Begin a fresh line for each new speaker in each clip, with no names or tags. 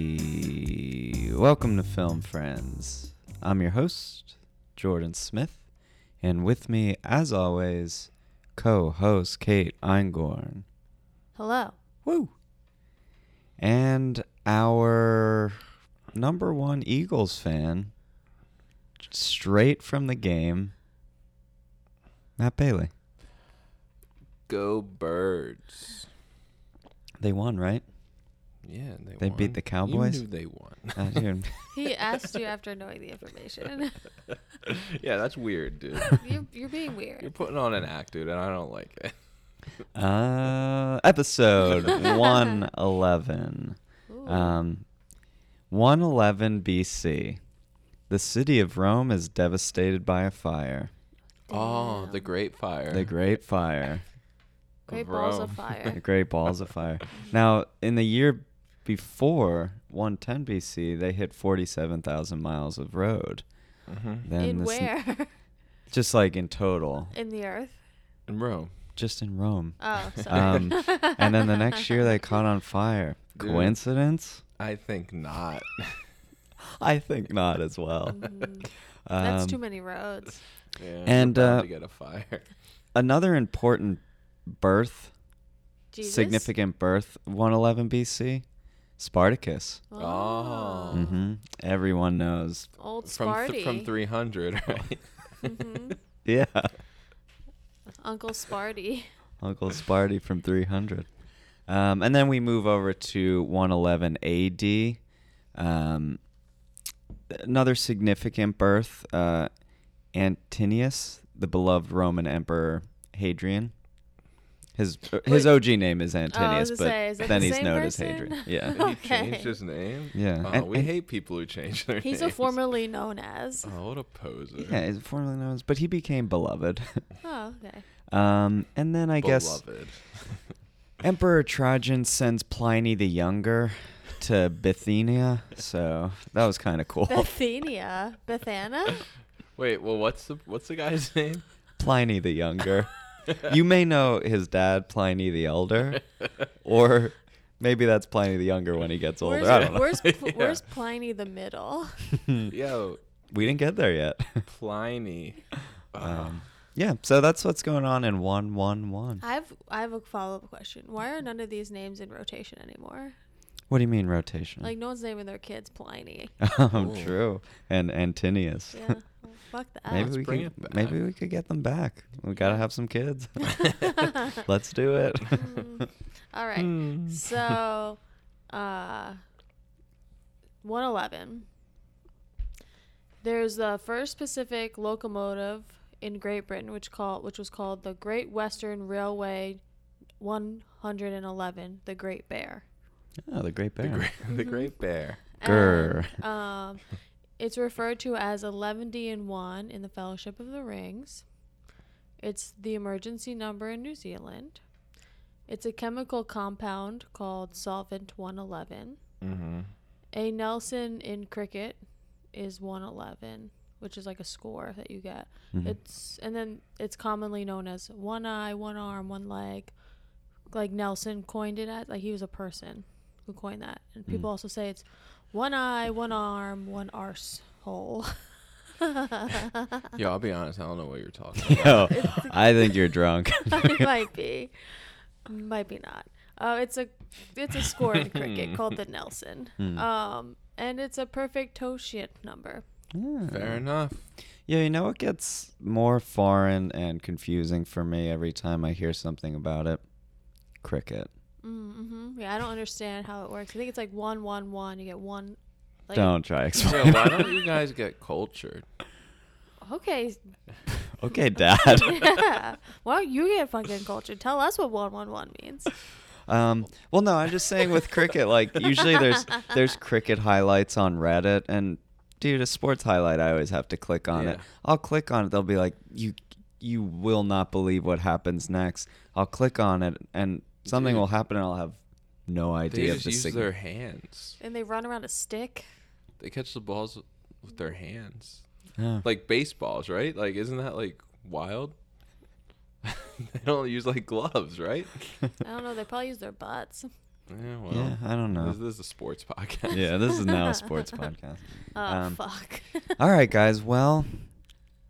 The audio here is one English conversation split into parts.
Hey, welcome to Film Friends. I'm your host, Jordan Smith, and with me, as always, co host Kate Eingorn.
Hello.
Woo! And our number one Eagles fan, straight from the game, Matt Bailey.
Go birds.
They won, right?
Yeah, and they
They beat
won.
the Cowboys?
You knew they won.
Uh, dude.
He asked you after knowing the information.
yeah, that's weird, dude.
you're, you're being
You're
weird.
putting on an act, dude, and I don't like it.
Uh, episode 111.
Ooh.
Um, 111 BC. The city of Rome is devastated by a fire,
Oh, the
Damn.
Great Fire.
the Great Fire,
Great balls of
Rome.
the
fire.
Great Balls of Fire. Now, in the year before 110 BC, they hit 47,000 miles of road.
Mhm.
Then
In
this-
where?
Just like in total,
In the earth?
In Rome.
just in Rome.
Oh, sorry.
Um, and then the next year, they caught on fire.
Dude.
Coincidence?
I think not.
I think not as well.
Mm, That's
Um,
too many roads.
Yeah,
And,
we're bound
uh,
to get a fire.
another important birth,
Jesus?
significant birth, 111 BC, Spartacus.
Oh.
hmm Everyone knows.
Old
From
Sparty.
th- from 300, right?
Mhm.
Yeah.
Uncle Sparty.
Uncle Sparty from 300. Um, and then we move over to 111 AD. Um, another significant birth, uh, Antinius, the beloved Roman Emperor Hadrian. His his
Wait.
OG name is
Oh, I was
Antinius,
gonna
but
say, is that the
then he's
same
known as
person?
Hadrian. Yeah.
He
Okay.
changed his name.
Yeah,
Oh,
and-
we
and-
hate people who change their names.
He's a formerly known as.
Oh, what a poser.
Yeah, he's formerly known as, but he became beloved.
Oh, okay.
um, and then I guess
Beloved.
Emperor Trajan sends Pliny the Younger to Bithynia, so that was kind of cool.
Bethania. Bethana?
Wait, well, what's the what's the guy's name?
Pliny the Younger. you may know his dad, Pliny the Elder, or maybe that's Pliny the Younger when he gets older.
Where's,
I don't know.
where's, Pl-
Yeah.
where's Pliny the Middle?
Yo,
We didn't get there yet.
Pliny.
um, yeah, so that's what's going on in one one one.
I have I have a follow up question. Why are none of these names in rotation anymore?
What do you mean rotation?
Like no one's naming their kids Pliny.
um,
Ooh.
true, and Antinius.
Yeah, well, fuck that.
Maybe
Let's
we
bring
can,
it back.
maybe we could get them back. We gotta have some kids. Let's do it.
Mm. All right.
Hmm.
So, uh, one eleven. There's the first Pacific locomotive in Great Britain, which called which was called the Great Western Railway, one hundred and eleven, the Great Bear.
oh, the Great Bear.
The great, the great bear.
Grr.
And, um, it's referred to as 110 and 1 in the Fellowship of the Rings. It's the emergency number in New Zealand. It's a chemical compound called solvent 111.
Mm-hmm.
A Nelson in cricket is 111, which is like a score that you get.
Mhm.
It's and then it's commonly known as one eye, one arm, one leg. Like Nelson coined it as like he was a person who coined that. And people also say it's one eye, one arm, one arse hole.
Yo, I'll be honest. I don't know what you're talking about.
Yo, I think you're drunk.
it might be, might be not. Uh, it's a it's a score in cricket called the Nelson. Um, and it's a perfect totient number.
Fair enough.
Yeah, you know what gets more foreign and confusing for me every time I hear something about it? Cricket.
Mm-hmm. Yeah, I don't understand how it works. I think it's like one, one, one. You get one. Like,
Don't try explain.
Yo, why don't you guys get cultured?
Okay,
okay, Dad.
yeah. Well, you get fucking cultured. Tell us what one one one means.
Um, well, no, I'm just saying with cricket, like usually there's there's cricket highlights on Reddit, and dude, a sports highlight, I always have to click on it.
Yeah.
I'll click on it. They'll be like, you you will not believe what happens next. I'll click on it, and something
Dude.
will happen, and I'll have no
They
idea of
just
the
use
sig-
their hands.
And they run around a stick.
They catch the balls with their hands,
Yeah.
like baseballs, right? Like, isn't that like wild? they don't use like gloves, right?
I don't know. They probably use their butts.
Yeah, well,
yeah, I don't know.
This, this is a sports podcast.
yeah, this is now a sports podcast.
Oh
Um,
fuck.
All right, guys. Well,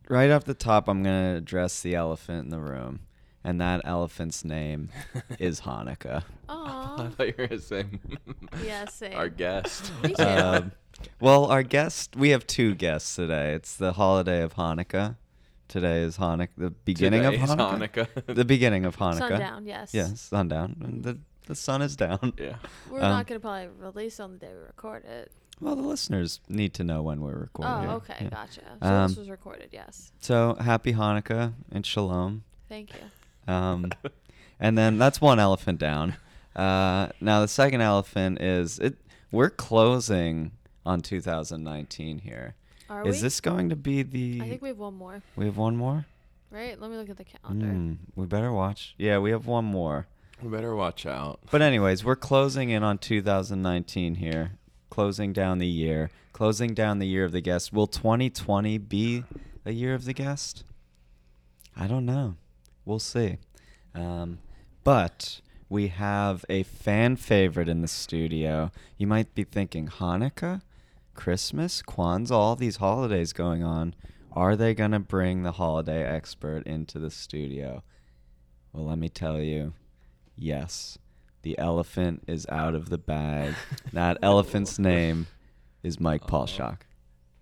right off the top, I'm going to address the elephant in the room. And that elephant's name is Hanukkah.
I
Aw.
thought you were gonna say
Yeah, same.
our guest.
Me too.
Um, well, our guest, we have two guests today. It's the holiday of Hanukkah. Today is Hanukkah, the beginning
Today
of
is
Hanukkah.
Hanukkah.
The beginning of Hanukkah.
Sundown. Yes.
Yes, sundown. And The, the sun is down.
yeah.
We're
Um,
not gonna probably release on the day we record it.
Well, the listeners need to know when we're recording.
oh,
Yeah.
okay,
Yeah.
gotcha. So
Um,
this was recorded. Yes.
So happy Hanukkah and shalom.
Thank you.
Um, and then that's one elephant down. Uh, now the second elephant is it. We're closing on 2019 here.
Are
Is
we?
this going to be the?
I think we have one more.
we have one more.
Right. Let me look at the calendar.
Mm, we better watch. Yeah, we have one more.
We better watch out.
But anyways, we're closing in on 2019 here, closing down the year, closing down the year of the guest. Will 2020 be a year of the guest? I don't know. We'll see. Um, but we have a fan favorite in the studio. You might be thinking Hanukkah, Christmas, Kwanzaa, all these holidays going on. Are they going to bring the holiday expert into the studio? Well, let me tell you, yes. The elephant is out of the bag. that elephant's name is Mike Paulshock.
Oh.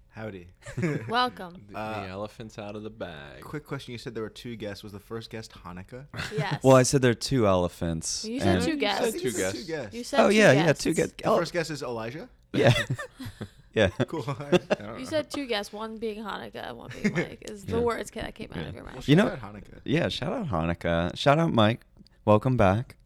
Howdy.
Welcome.
The,
Uh,
the elephant's out of the bag.
Quick question. You said there were two guests. Was the first guest Hanukkah?
Yes.
Well, I said there are two elephants.
You said
and-
two
You said
guests.
two guests.
Two guests.
You said
Oh
two
yeah, yeah,
guests.
two guests.
the first guest is Elijah.
yeah, yeah.
Cool. I- I don't know.
You said two guests, one being Hanukkah, one being Mike. Is the
Yeah.
words that came out
Yeah.
of your
Well,
mouth?
You
shout
know-
out Hanukkah.
Yeah, shout out Hanukkah. Shout out Mike. Welcome back.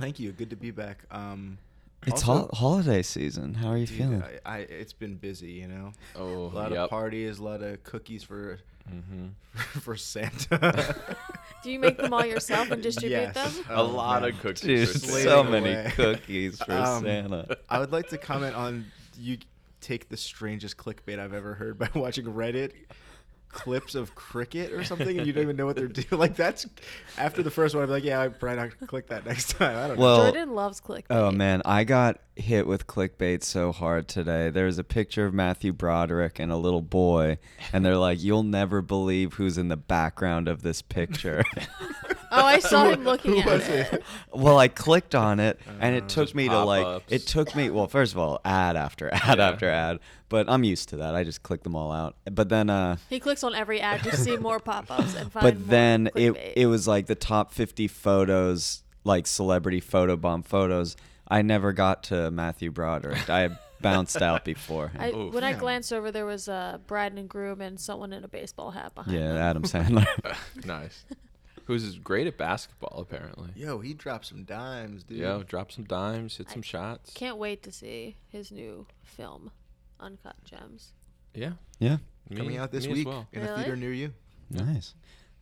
Thank you. Good to be back. Um,
It's
also-
hol- holiday season. How are you
dude,
feeling?
I, I it's been busy. You know,
Oh,
a lot
yep.
of parties, a lot of cookies for
Mm-hmm.
for Santa.
Do you make them all yourself and distribute
Yes.
them?
a
Oh,
lot
man.
of cookies.
Dude,
for
Slaving
so
sale.
many
away.
cookies for
Um,
Santa.
I would like to comment on you take the strangest clickbait I've ever heard by watching Reddit clips of cricket or something and you don't even know what they're doing. Like that's after the first one I'd be like, yeah, I probably not gonna click that next time. I don't
Well,
Jordan loves clickbait.
Oh man, I got hit with clickbait so hard today. There was a picture of Matthew Broderick and a little boy, and they're like, "You'll never believe who's in the background of this picture."
Oh, I saw
Who-
him looking
who
at
was
it.
it?
well, I clicked on it, and
Uh,
it took me to like
pop-ups.
it took me. Well, first of all, ad after ad
Yeah.
after ad, but I'm used to that. I just click them all out. But then, uh,
He clicks on every ad to see more pop-ups and find.
but
more
then
clickbait.
it it was like the top 50 photos like celebrity photo bomb photos i never got to matthew broderick i bounced out before
I,
Oof.
when I
Yeah.
glanced over, there was a bride and groom and someone in a baseball hat behind.
yeah
them.
adam sandler
nice. Who's great at basketball apparently.
Yo, he dropped some dimes, dude.
Yeah, drop some dimes, hit
I
some shots.
Can't wait to see his new film, Uncut Gems.
Yeah.
yeah
me-
Coming out this
me as
week
well.
in a
Really?
theater near you.
nice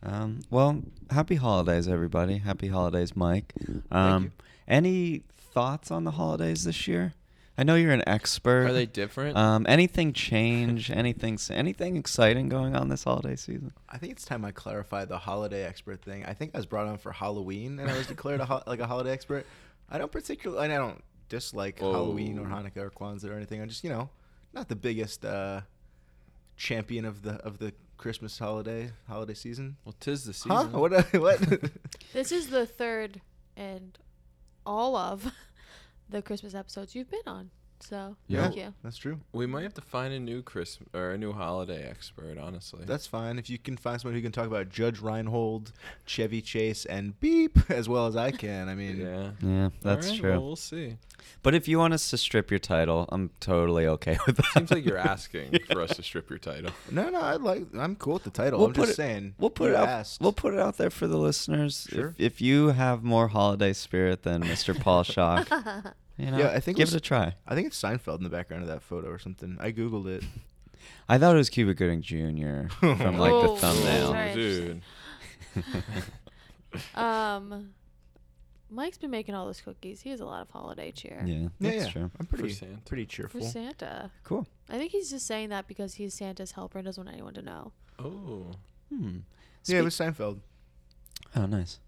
um, well happy holidays everybody happy holidays mike um,
you.
any thoughts on the holidays this year i know you're an expert
Are they different?
uh,
um, anything change anything s- anything exciting going on this holiday season
I think it's time I clarify the holiday expert thing. I think I was brought on for Halloween and I was declared a ho- like a holiday expert. I don't particularly, and I don't dislike Halloween or
Whoa.
Hanukkah or Kwanzaa or anything. I'm just, you know, not the biggest uh, champion of the of the Christmas holiday holiday season.
well, tis the
Huh?
season.
What? what?
This is the third and all of the Christmas episodes you've been on. So
Yeah.
thank you.
That's true.
We might have to find a new Christmas or a new holiday expert, honestly.
That's fine. If you can find someone who can talk about Judge Reinhold, Chevy Chase, and Beep as well as I can, I mean,
yeah.
yeah that's
Alright,
true
Well, we'll see.
But if you want us to strip your title, I'm totally okay with that.
Seems like you're asking for us to strip your title.
no, no, I like. I'm cool with the title.
We'll
I'm
put
just
it-
saying.
We'll put
you
it out.
asked.
We'll put it out there for the listeners.
Sure.
If, if you have more holiday spirit than Mr. Paul Shock, you know,
Yeah, I think it
give
was-
it a try.
I think it's Seinfeld in the background of that photo or something. I googled it.
I thought it was Cuba Gooding Jr. from like the
Oh,
thumbnail.
sorry.
dude.
Um, Mike's been making all those cookies. He has a lot of holiday cheer
Yeah,
Yeah,
that's
yeah.
true.
I'm pretty
Santa.
pretty
for
cheerful.
Santa.
Cool.
I think he's just saying that because he's Santa's helper and doesn't want anyone to know.
Oh.
Hmm.
yeah, it was Seinfeld.
Oh, nice.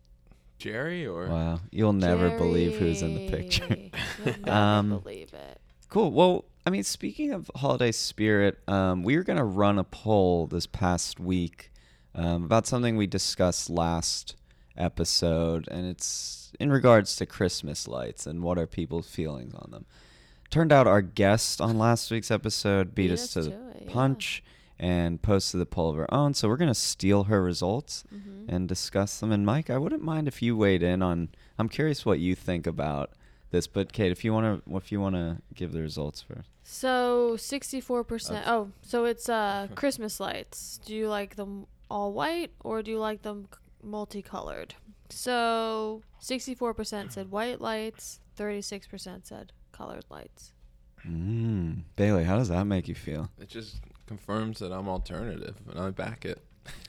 Jerry or
Wow. You'll never believe who's in the picture.
Jerry. You'll never
Um,
believe it.
Cool. Well, I mean, speaking of holiday spirit, um, we were going to run a poll this past week um, about something we discussed last episode, and it's in regards to Christmas lights and what are people's feelings on them. Turned out our guest on last week's episode beat,
Beat
us
us
to the
to it, yeah.
punch and posted the poll of her own, so we're going to steal her results and discuss them. And Mike, I wouldn't mind if you weighed in on. I'm curious what you think about this, but Kate, if you want to, if you want to give the results first.
So sixty-four percent. Oh, so it's uh Christmas lights. Do you like them all white or do you like them c- multicolored? So sixty-four percent said white lights. Thirty-six percent said colored lights.
Mm. Bailey, how does that make you feel?
it just confirms that I'm alternative and I back it.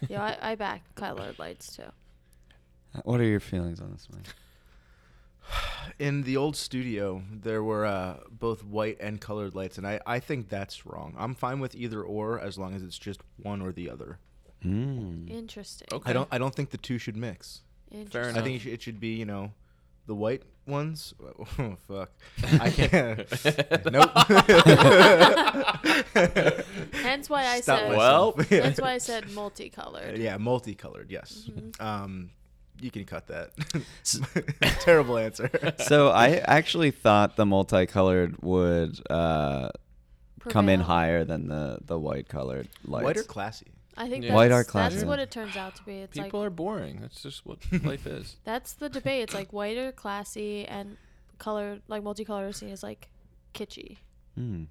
Yeah, I, I back colored lights too.
What are your feelings on this one?
In the old studio, there were uh, both white and colored lights, and I, I think that's wrong. I'm fine with either or as long as it's just one or the other.
Mm.
Interesting.
Okay.
I don't I don't think the two should mix.
Fair
Interesting.
enough.
I think it should, it should be you know, the white ones. Oh fuck, I can't. nope.
Hence why I
Stop
said.
myself.
Well.
Yeah.
That's why I said multicolored. Mm-hmm.
yeah, multicolored. Yes. Um, you can cut that.
S-
Terrible answer.
So I actually thought the multicolored would uh, come in
Prevail.
higher than the the white colored lights.
White or classy?
I think
Yeah.
that's,
White art
that's
classes.
what it turns out to be. It's
People
like
are boring. That's just what life is.
that's the debate. It's like white or classy and color like multicolored or seen as like kitschy.
Mm.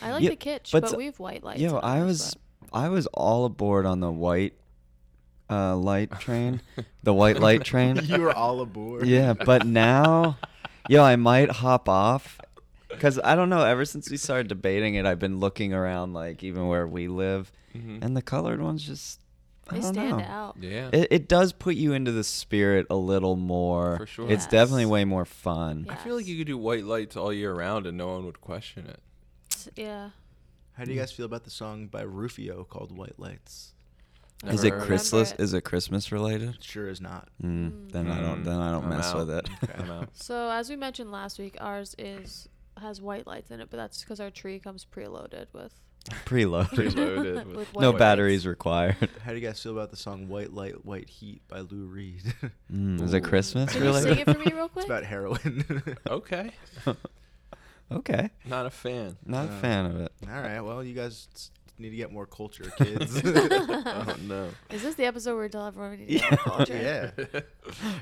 I like
Yeah,
the kitsch,
but
but,
so-
we have white lights.
Yo,
and
I
others,
was
but-
I was all aboard on the white uh, light train, the white light train.
You were all aboard.
yeah, but now, yo, I might hop off because I don't know. Ever since we started debating it, I've been looking around, like even where we live, and the colored ones just I
Mm-hmm. they
don't
stand
know.
out.
Yeah.
It, it does put you into the spirit a little more.
For sure.
It's
Yes.
definitely way more fun.
I feel like you could do white lights all year round and no one would question it.
S- Yeah.
How do you guys feel about the song by Rufio called White Lights?
I
Is it
Never heard of
remember
Christmas?
it.
Is it Christmas related?
It sure is not.
Mm, then I don't. Then I don't
I'm
mess
out.
with it.
I'm out.
So as we mentioned last week, ours is has white lights in it, but that's because our tree comes preloaded with
Preloaded.
Preloaded with
With
white
no
lights.
batteries required.
How do you guys feel about the song White Light, White Heat by Lou Reed? it's
Mm, is it Christmas
Can you sing
related?
it for me real quick?
about heroin. All
Okay.
okay,
Not a fan.
not a
Uh,
fan of it.
right, well, you guys s- need to get more culture, kids.
Oh no.
Is this the episode where we tell everyone we need to get out of culture?
yeah.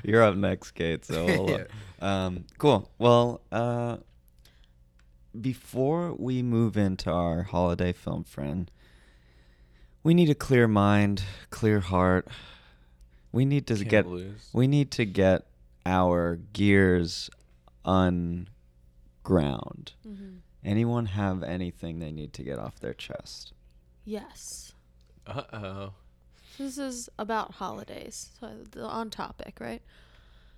You're up next, Kate. So hold
Yeah.
up. Um, cool. Well, uh, before we move into our holiday film friend, we need a clear mind, clear heart. We need to
Can't
get.
lose.
We need to get our gears unground.
Mhm.
Anyone have anything they need to get off their chest?
Yes.
Uh oh.
This is about holidays, so the- on topic, right?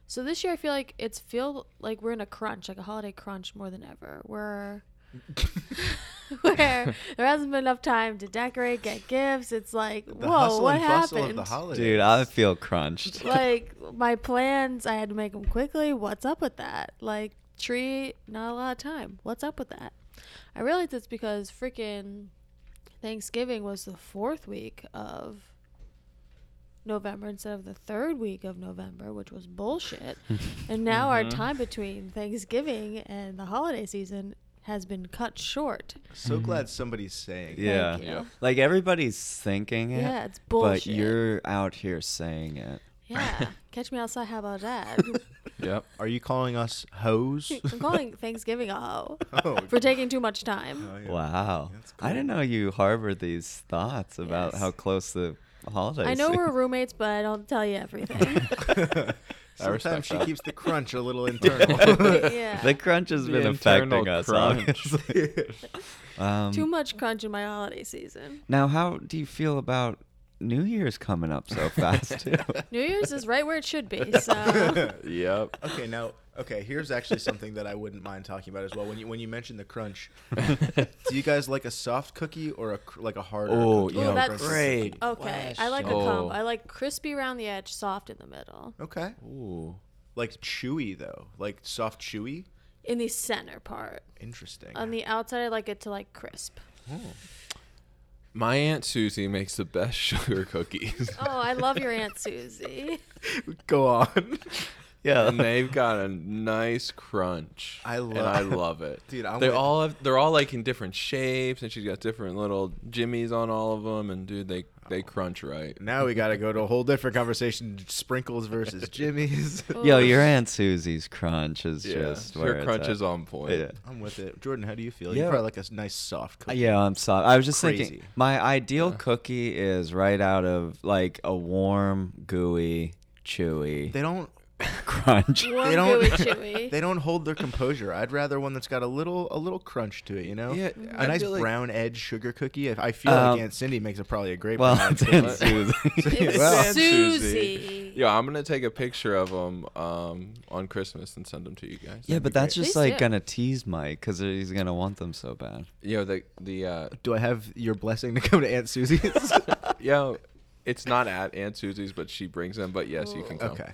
So this year, I feel like it's feel like we're in a crunch, like a holiday crunch, more than ever. Where, where there hasn't been enough time to decorate, get gifts. It's like,
The
whoa,
hustle
what
and bustle of
happened?
the holidays.
Dude, I feel crunched.
like my plans, I had to make them quickly. What's up with that? Like tree, not a lot of time. What's up with that? I realized it's because freaking Thanksgiving was the fourth week of November instead of the third week of November, which was bullshit. and now our time between Thanksgiving and the holiday season has been cut short.
so glad somebody's saying.
Thank
it.
Yeah.
you.
Yep.
Like everybody's thinking it.
Yeah, it's
But
bullshit.
you're out here saying it.
Yeah. Catch me outside. How about that?
Yep.
Are you calling us hoes?
I'm calling Thanksgiving a hoe
Oh,
for taking too much time.
oh, yeah.
Wow.
That's
I didn't know you harbored these thoughts about
Yes.
how close the holidays
I know
is.
we're roommates, but I don't tell you everything.
I respect
Sometimes she
that.
keeps the crunch a little internal.
yeah.
The crunch has
The
been
internal
affecting us.
crunch.
obviously.
Too
um,
much crunch in my holiday season.
now, how do you feel about New Year's coming up so fast too.
New Year's is right where it should be. So
Yep.
Okay, now okay, here's actually something that I wouldn't mind talking about as well. When you when you mentioned the crunch, do you guys like a soft cookie or a cr- like a harder?
Oh,
cookie?
yeah,
Ooh, that's
great.
okay, I like a
Oh.
combo. I like crispy around the edge, soft in the middle,
Okay,
Ooh.
like chewy though, like soft chewy.
in the center part.
Interesting.
On the outside, I like it to like crisp.
My aunt Susie makes the best sugar cookies.
Oh, I love your aunt Susie.
Go on,
yeah.
and they've got a nice crunch.
I
and
love-
I love it,
Dude, I'm
they
with-
all have, they're all like in different shapes, and she's got different little jimmies on all of them. And dude, they they crunch right.
now we got to go to a whole different conversation: sprinkles versus Jimmy's.
Yo,
Ooh.
your Aunt Susie's crunch is
Yeah,
just where
her
it's
crunch
at.
is on point.
Yeah.
I'm with it, Jordan. How do you feel?
Yeah. Uh,
You probably like a s- nice soft cookie.
Yeah, I'm sorry. I was just
Crazy.
thinking my ideal cookie is right out of like a warm, gooey, chewy
They don't
crunch.
Warm,
They don't-
gooey, chewy.
they don't hold their composure. I'd rather one that's got a little a little crunch to it. You know.
Yeah,
A
I
nice
feel like-
brown edge sugar cookie. I- I feel
Um,
like Aunt Cindy makes it probably a great.
Well,
brown
it's
edge
Aunt
cookie.
Susie.
It's
Well.
Susie.
Yeah, I'm gonna take a picture of them um, on Christmas and send them to you guys.
Yeah, but that's just
Please
like
do.
gonna tease Mike because he's gonna want them so bad.
you know the the uh,
Do I have your blessing to come to Aunt Susie's?
yo, it's not at Aunt Susie's, but she brings them. But yes, you can come.
okay.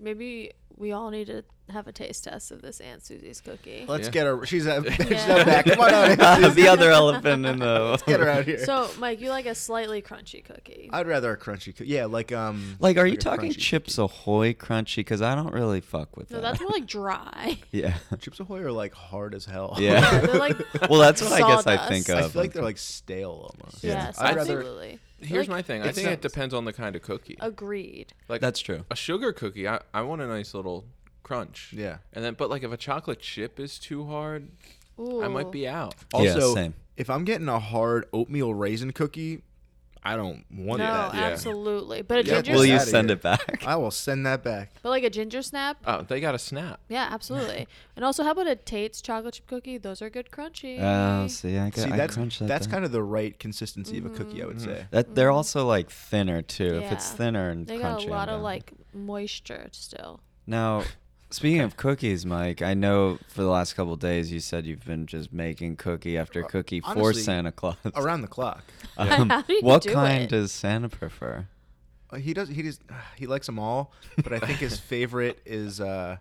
Maybe we all need to have a taste test of this Aunt Susie's cookie.
Let's
Yeah.
get her. She's out, she's
Yeah.
out back. Come on out. Aunt Susie.
the other elephant in the
Get her out here.
So, Mike, you like a slightly crunchy cookie.
I'd rather a crunchy cookie. Yeah, like um.
Like, are you
a
talking
crunchy
Chips
cookie.
Ahoy crunchy? Because I don't really fuck with
no,
that.
that's more like dry.
yeah,
Chips Ahoy are like hard as hell.
Yeah.
yeah, they're like
well, that's what I guess I think of.
Sawdust.
I feel like they're like stale almost.
Yeah.
yes,
I'd rather.
absolutely. Like,
Here's my thing. I
it's
think
not-
it depends on the kind of cookie.
agreed.
Like
That's true.
a sugar cookie. I, I want a nice little crunch.
Yeah.
And then, but like if a chocolate chip is too hard,
Ooh.
I might be out.
Yeah,
Also,
same.
if I'm getting a hard oatmeal raisin cookie, I don't want
No,
that.
Yeah.
absolutely. But a
Yeah,
ginger,
Will you
outta
send
here.
it back?
I will send that back.
but like a ginger snap.
Oh, they got a snap.
Yeah, absolutely. and also, how about a Tate's chocolate chip cookie? Those are good crunchy.
Oh, see, I,
See,
I
that's
crunch that.
that's
down.
kind of the right consistency of a cookie, I
Mm-hmm.
would say.
That they're also like thinner too. If it's
Yeah.
thinner and
they
crunchy,
got a
I'm
lot
down.
of like moisture still.
Now, speaking of cookies, Mike, I know for the last couple of days you said you've been just making cookie after cookie for
Uh, honestly,
Santa Claus.
Around the clock,
Um,
How do you
what
do
kind
it?
does Santa prefer?
Uh, he does. He does. He likes them all, but I think his favorite is uh,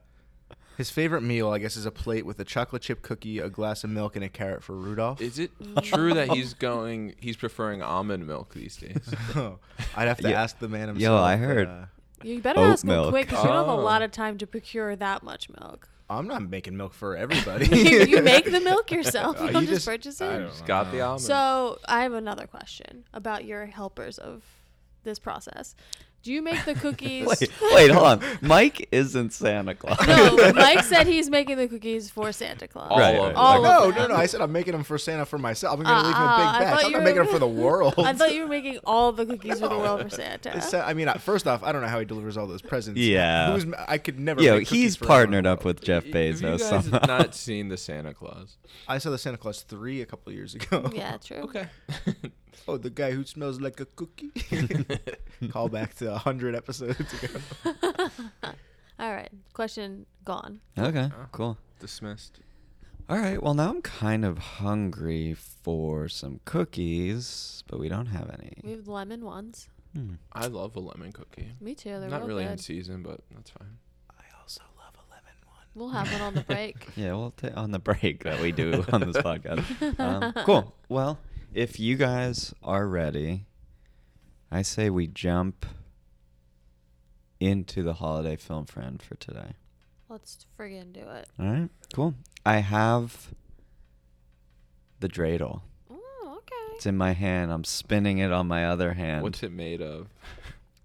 his favorite meal. I guess is a plate with a chocolate chip cookie, a glass of milk, and a carrot for Rudolph.
Is it true that he's going? He's preferring almond milk these days.
I'd have to
Yeah.
ask the man himself.
Yo, I
but,
heard.
uh,
You better
Oat
ask them
milk.
quick because you don't have a
Oh.
lot of time to procure that much milk.
I'm not making milk for everybody.
you you make the milk yourself. You
You
don't just,
just-
purchase
I
it.
don't
He's got the almond.
So I have another question about your helpers of this process. Do you make the cookies?
Wait, wait, hold on. Mike isn't Santa Claus.
No, Mike said he's making the cookies for Santa Claus.
all
Right,
of
right,
right.
it. Like,
All
no,
of
no,
them.
no. I said I'm making them for Santa for myself. I'm
Uh,
gonna leave them in
uh, I
big batch.
thought
I'm
you
not making
were-
them for the world.
I thought you were making all the cookies for the world for Santa.
It's- I mean, I- first off, I don't know how he delivers all those presents.
Yeah.
Who's, I could never.
Yo,
make cookies
he's
for everyone in
partnered
the
up
world.
with Jeff
Have you
Bezos.
guys
somehow.
not seen the Santa Claus?
I saw the Santa Claus three a couple years ago.
yeah, true.
Okay.
Oh, the guy who smells like a cookie. Call back to 100 episodes ago.
All right. Question gone.
okay, cool.
Dismissed.
All right, well now I'm kind of hungry for some cookies, but we don't have
We
any. Hmm.
have lemon ones.
I love a lemon cookie.
Me too. They're
Not
real
really in
good.
season, but that's fine.
I also love a lemon one.
We'll have one on the break.
Yeah, well, t- on the break that we do on this podcast. Um, cool. Well, if you guys are ready, I say we jump into the holiday film friend for today.
Let's friggin' do it.
All right, cool. I have the dreidel.
Oh, okay.
It's in my hand. I'm spinning it on my other hand.
What's it made of?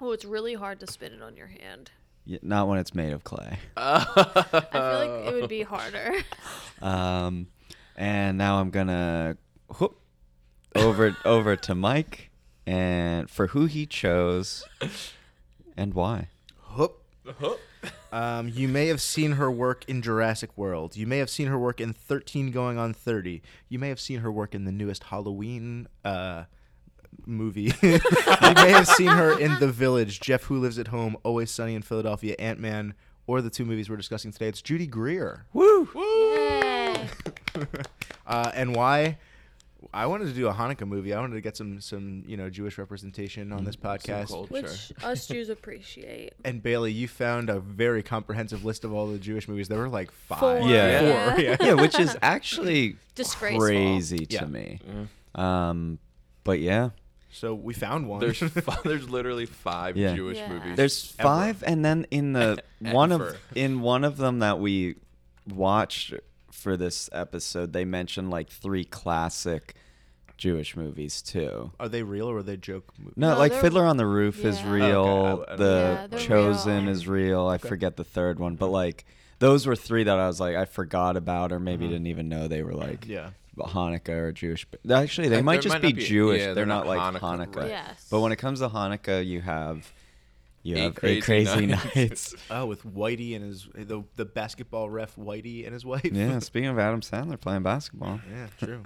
Oh, it's really hard to spin it on your hand.
Y- Not when it's made of clay.
I feel like it would
Oh.
be harder.
Um, and now I'm gonna whoop over over to Mike and for who he chose and why.
Hoop. Um, you may have seen her work in Jurassic World. You may have seen her work in 13 Going on 30. You may have seen her work in the newest Halloween uh, movie. you may have seen her in The Village, Jeff Who Lives at Home, Always Sunny in Philadelphia, Ant Man, or the two movies we're discussing today. It's Judy Greer.
Woo!
Yay.
Uh, and why? I wanted to do a Hanukkah movie. I wanted to get some some you know Jewish representation on this podcast.
culture.
Which us Jews appreciate.
And Bailey, you found a very comprehensive list of all the Jewish movies. There were like five.
Four.
Yeah.
Four, yeah.
yeah, which is actually
Disgraceful.
crazy
Yeah.
to me. Um, but yeah,
So we found one.
There's fi- there's literally five
Yeah.
Jewish
Yeah.
movies.
there's
Ever.
five, and then in the one of
Ever.
in one of them that we watched for this episode, they mentioned like three classic Jewish movies too.
are they real or are they joke movies?
No,
No,
like
they're-
Fiddler on the Roof is
Yeah.
real.
Oh, Okay, I- I-
Yeah,
the
they're
Chosen
real.
is real. I forget the third one, but like those were three that I was like I forgot about, or maybe
Uh-huh.
didn't even know they were like
Yeah.
Hanukkah or Jewish. Actually, they
Uh,
might
there
just
might
be,
not be-
Jewish.
yeah,
they're,
they're
not,
not
like
Hanukkah,
Hanukkah.
right.
Yes.
But when it comes to Hanukkah, you have you
Eight
have eight
Crazy
crazy
Nights.
nights.
Oh, with Whitey and his the the basketball ref Whitey and his wife.
yeah. Speaking of Adam Sandler playing basketball,
yeah, true.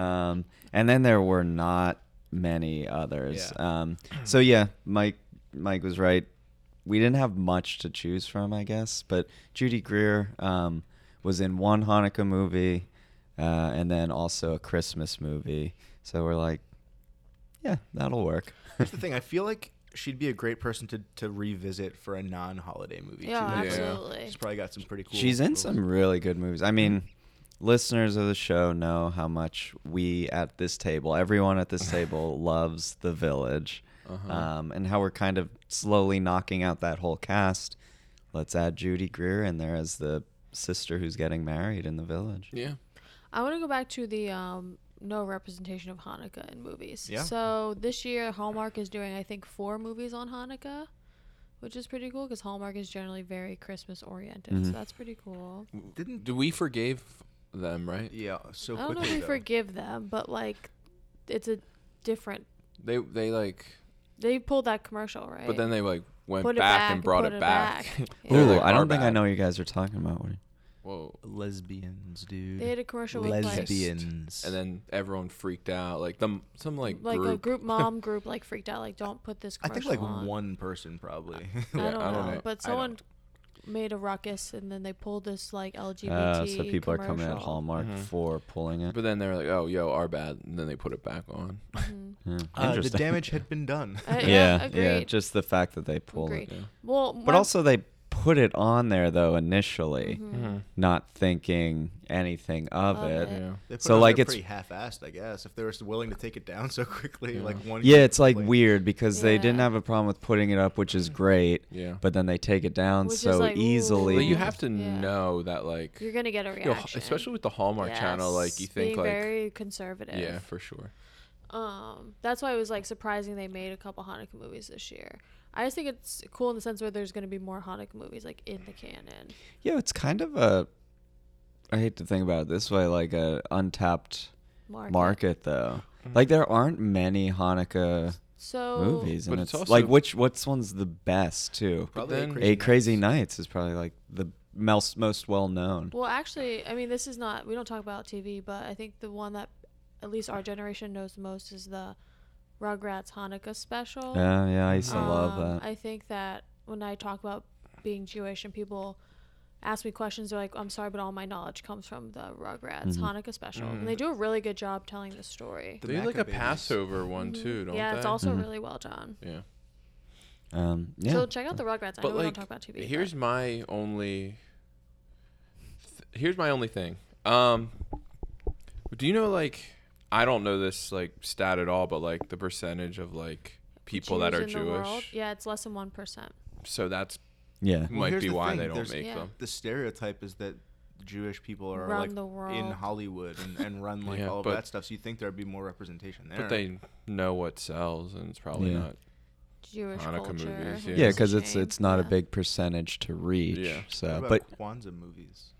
um, and then there were not many others.
Yeah.
Um, so yeah, Mike Mike was right. We didn't have much to choose from, I guess. But Judy Greer um, was in one Hanukkah movie, uh, and then also a Christmas movie. So we're like, yeah, that'll work.
Here's the thing. I feel like she'd be a great person to to revisit for a non-holiday movie.
Yeah,
too.
Yeah.
absolutely.
She's probably got some pretty cool.
She's in some really good movies. I mean, listeners of the show know how much we at this table, everyone at this table, loves The Village,
Uh-huh.
um, and how we're kind of slowly knocking out that whole cast. Let's add Judy Greer in there as the sister who's getting married in The Village.
yeah.
I want to go back to the um, no representation of Hanukkah in movies.
Yeah.
So this year, Hallmark is doing, I think, four movies on Hanukkah, which is pretty cool because Hallmark is generally very Christmas oriented.
Mm-hmm.
So that's pretty cool.
Didn't
Do we forgave them? Right?
yeah. So
I don't know
quickly
if we
though.
forgive them, but like, it's a different.
They they like,
They pulled that commercial, right?
but then they like went
Put
back,
it back
and brought
put
it back.
Yeah.
Ooh,
They're like
I
our
don't think I
bad.
know what you guys are talking about. What are you-
Whoa.
lesbians, dude.
they had a commercial with like,
lesbians.
And then everyone freaked out. Like the some like,
like
group.
a group mom group like freaked out like don't put this
I
commercial
think like
on.
one person probably.
I
Yeah,
don't,
I don't
know.
know.
But
I don't-
someone made a ruckus and then they pulled this like LGBT.
Uh, so people are coming at
commercial.
Hallmark
Mm-hmm.
for pulling it.
But then they were like, oh yo, our bad, and then they put it back on.
Yeah,
Uh, the
interesting.
damage had been done.
Uh,
yeah,
yeah,
yeah,
agreed.
just the fact that they pulled it.
agreed. Well,
But also they put it on there though initially,
Mm-hmm.
Mm-hmm.
not thinking anything of
Of
it.
it.
Yeah.
They put
So,
it on
like,
there
it's-
pretty half-assed, I guess. If they were willing to take it down so quickly, like one.
Yeah, it's like
complaint.
weird because they didn't
Yeah.
have a problem with putting it up, which is great.
Yeah.
But then they take it down
Which is
so
like, ooh.
easily.
But you
Yeah.
have to
Yeah.
know that like,
you're gonna get a
yo,
reaction,
especially with the Hallmark channel, like you
Yes,
think
being
like,
very conservative.
yeah, for sure.
Um, that's why it was like surprising they made a couple Hanukkah movies this year. I just think it's cool in the sense where there's gonna be more Hanukkah movies like in the canon.
yeah, it's kind of a. I hate to think about it this way, like a untapped
Market.
market though.
Mm-hmm.
Like there aren't many Hanukkah
So
movies, and
But
it's,
it's
like
also-
which which one's the best too?
Probably
then-
a
A
crazy.
Crazy Nights is probably like the most most well known.
Well, actually, I mean, this is not. We don't talk about TV, but I think the one that at least our generation knows the most is the Rugrats Hanukkah special.
Yeah, yeah, I used to love
Um,
that.
I think that when I talk about being Jewish and people ask me questions, they're like, "I'm sorry, but all my knowledge comes from the Rugrats
Mm-hmm.
Hanukkah special," and they do a really good job telling the story.
The
Mm. they do like a
Maccabees.
Passover one too, don't
Mm-hmm. yeah,
they?
it's also really well done.
yeah.
Um, Mm-hmm. yeah,
So check out the Rugrats. I know
But
we
like,
don't talk about TV. but-
here's my only. th- here's my only thing. Um, do you know like I don't know this like stat at all, but like the percentage of like people that
Jews
are
in the world,
Jewish,
Yeah, it's less than one percent.
so that's
yeah.
Well,
might
here's
be
the
why
thing,
they don't
there's-
make
Yeah.
them.
The stereotype is that Jewish people are
Run
like
the world.
in Hollywood and, and run like
Yeah,
all of
but-
that stuff. So you think there'd be more representation there?
But they know what sells, and it's probably
Yeah.
not.
Jewish
Hanukkah
culture.
movies,
which
Yeah,
is a
because it's
shame.
it's not
Yeah.
a big percentage to reach.
Yeah.
What
So,
about
but
Kwanzaa movies.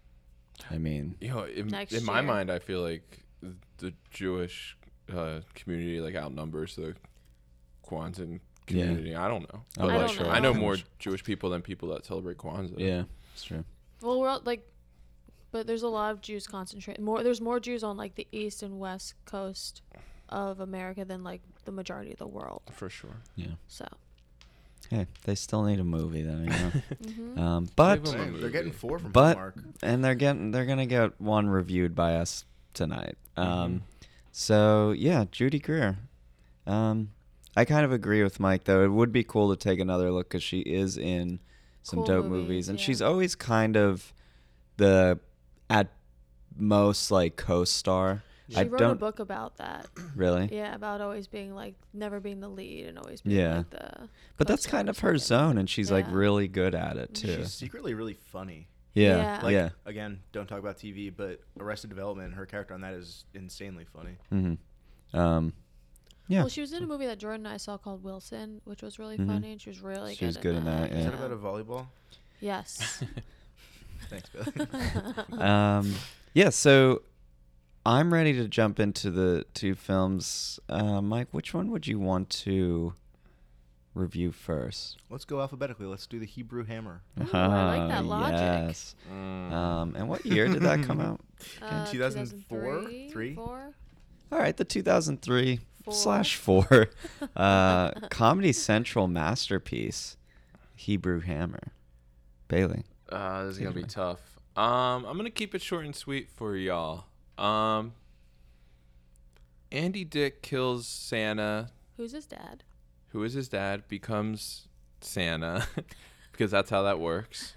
I mean,
You know, in,
Next
in my
year.
mind, I feel like the Jewish uh, community like outnumbers the Kwanzaa community. I don't know.
I'm
But,
not
like,
sure.
I know
I'm
more
sure.
Jewish people than people that celebrate Kwanzaa.
yeah, it's true.
Well, we're all, like, but there's a lot of Jews concentrated. More, there's more Jews on like the east and west coast of America than like the majority of the world.
for sure.
Yeah.
So,
Hey, they still need a movie though, you know.
mhm.
um, but
them a
Damn, they're getting
movie.
four from
but
Hallmark.
and they're getting they're gonna get one reviewed by us tonight.
Mm-hmm.
Um, so yeah, Judy Greer. Um, I kind of agree with Mike though. It would be cool to take another look because she is in some
Cool
dope movies,
movies,
and
yeah.
she's always kind of the at most like co-star.
she
I
wrote
don't Mm.
a book about that.
really.
Yeah, about always being like never being the lead and always being
Yeah.
like the.
But that's
co-star
kind
or
of her
something.
zone, and she's like
Yeah.
really good at it too.
She's secretly really funny.
yeah,
Yeah.
yeah.
Like again, don't talk about TV, but Arrested Development, her character on that is insanely funny.
hmm Um, yeah,
Well, she was in a movie that Jordan and I saw called Wilson, which was really
Mhm.
funny, and she was really
She was
good in that.
Is
yeah.
that about a volleyball?
Yes.
Thanks, Billy.
um, yeah, so I'm ready to jump into the two films. Uh, Mike, which one would you want to review first?
Let's go alphabetically. Let's do the Hebrew Hammer.
Ooh, I like
Ah,
that logic. Mm.
yes.
Mm.
Um, and what year did that come out?
Uh,
2004?
2003?
Three?
Four?
All right, the 2003
Four.
slash 4 uh, Comedy Central masterpiece, Hebrew Hammer. Bailey.
Uh, this is
Take it
gonna be
away.
tough. Um, I'm gonna keep it short and sweet for y'all. Um, Andy Dick kills Santa,
Who's his dad?
who is his dad, becomes Santa, because that's how that works.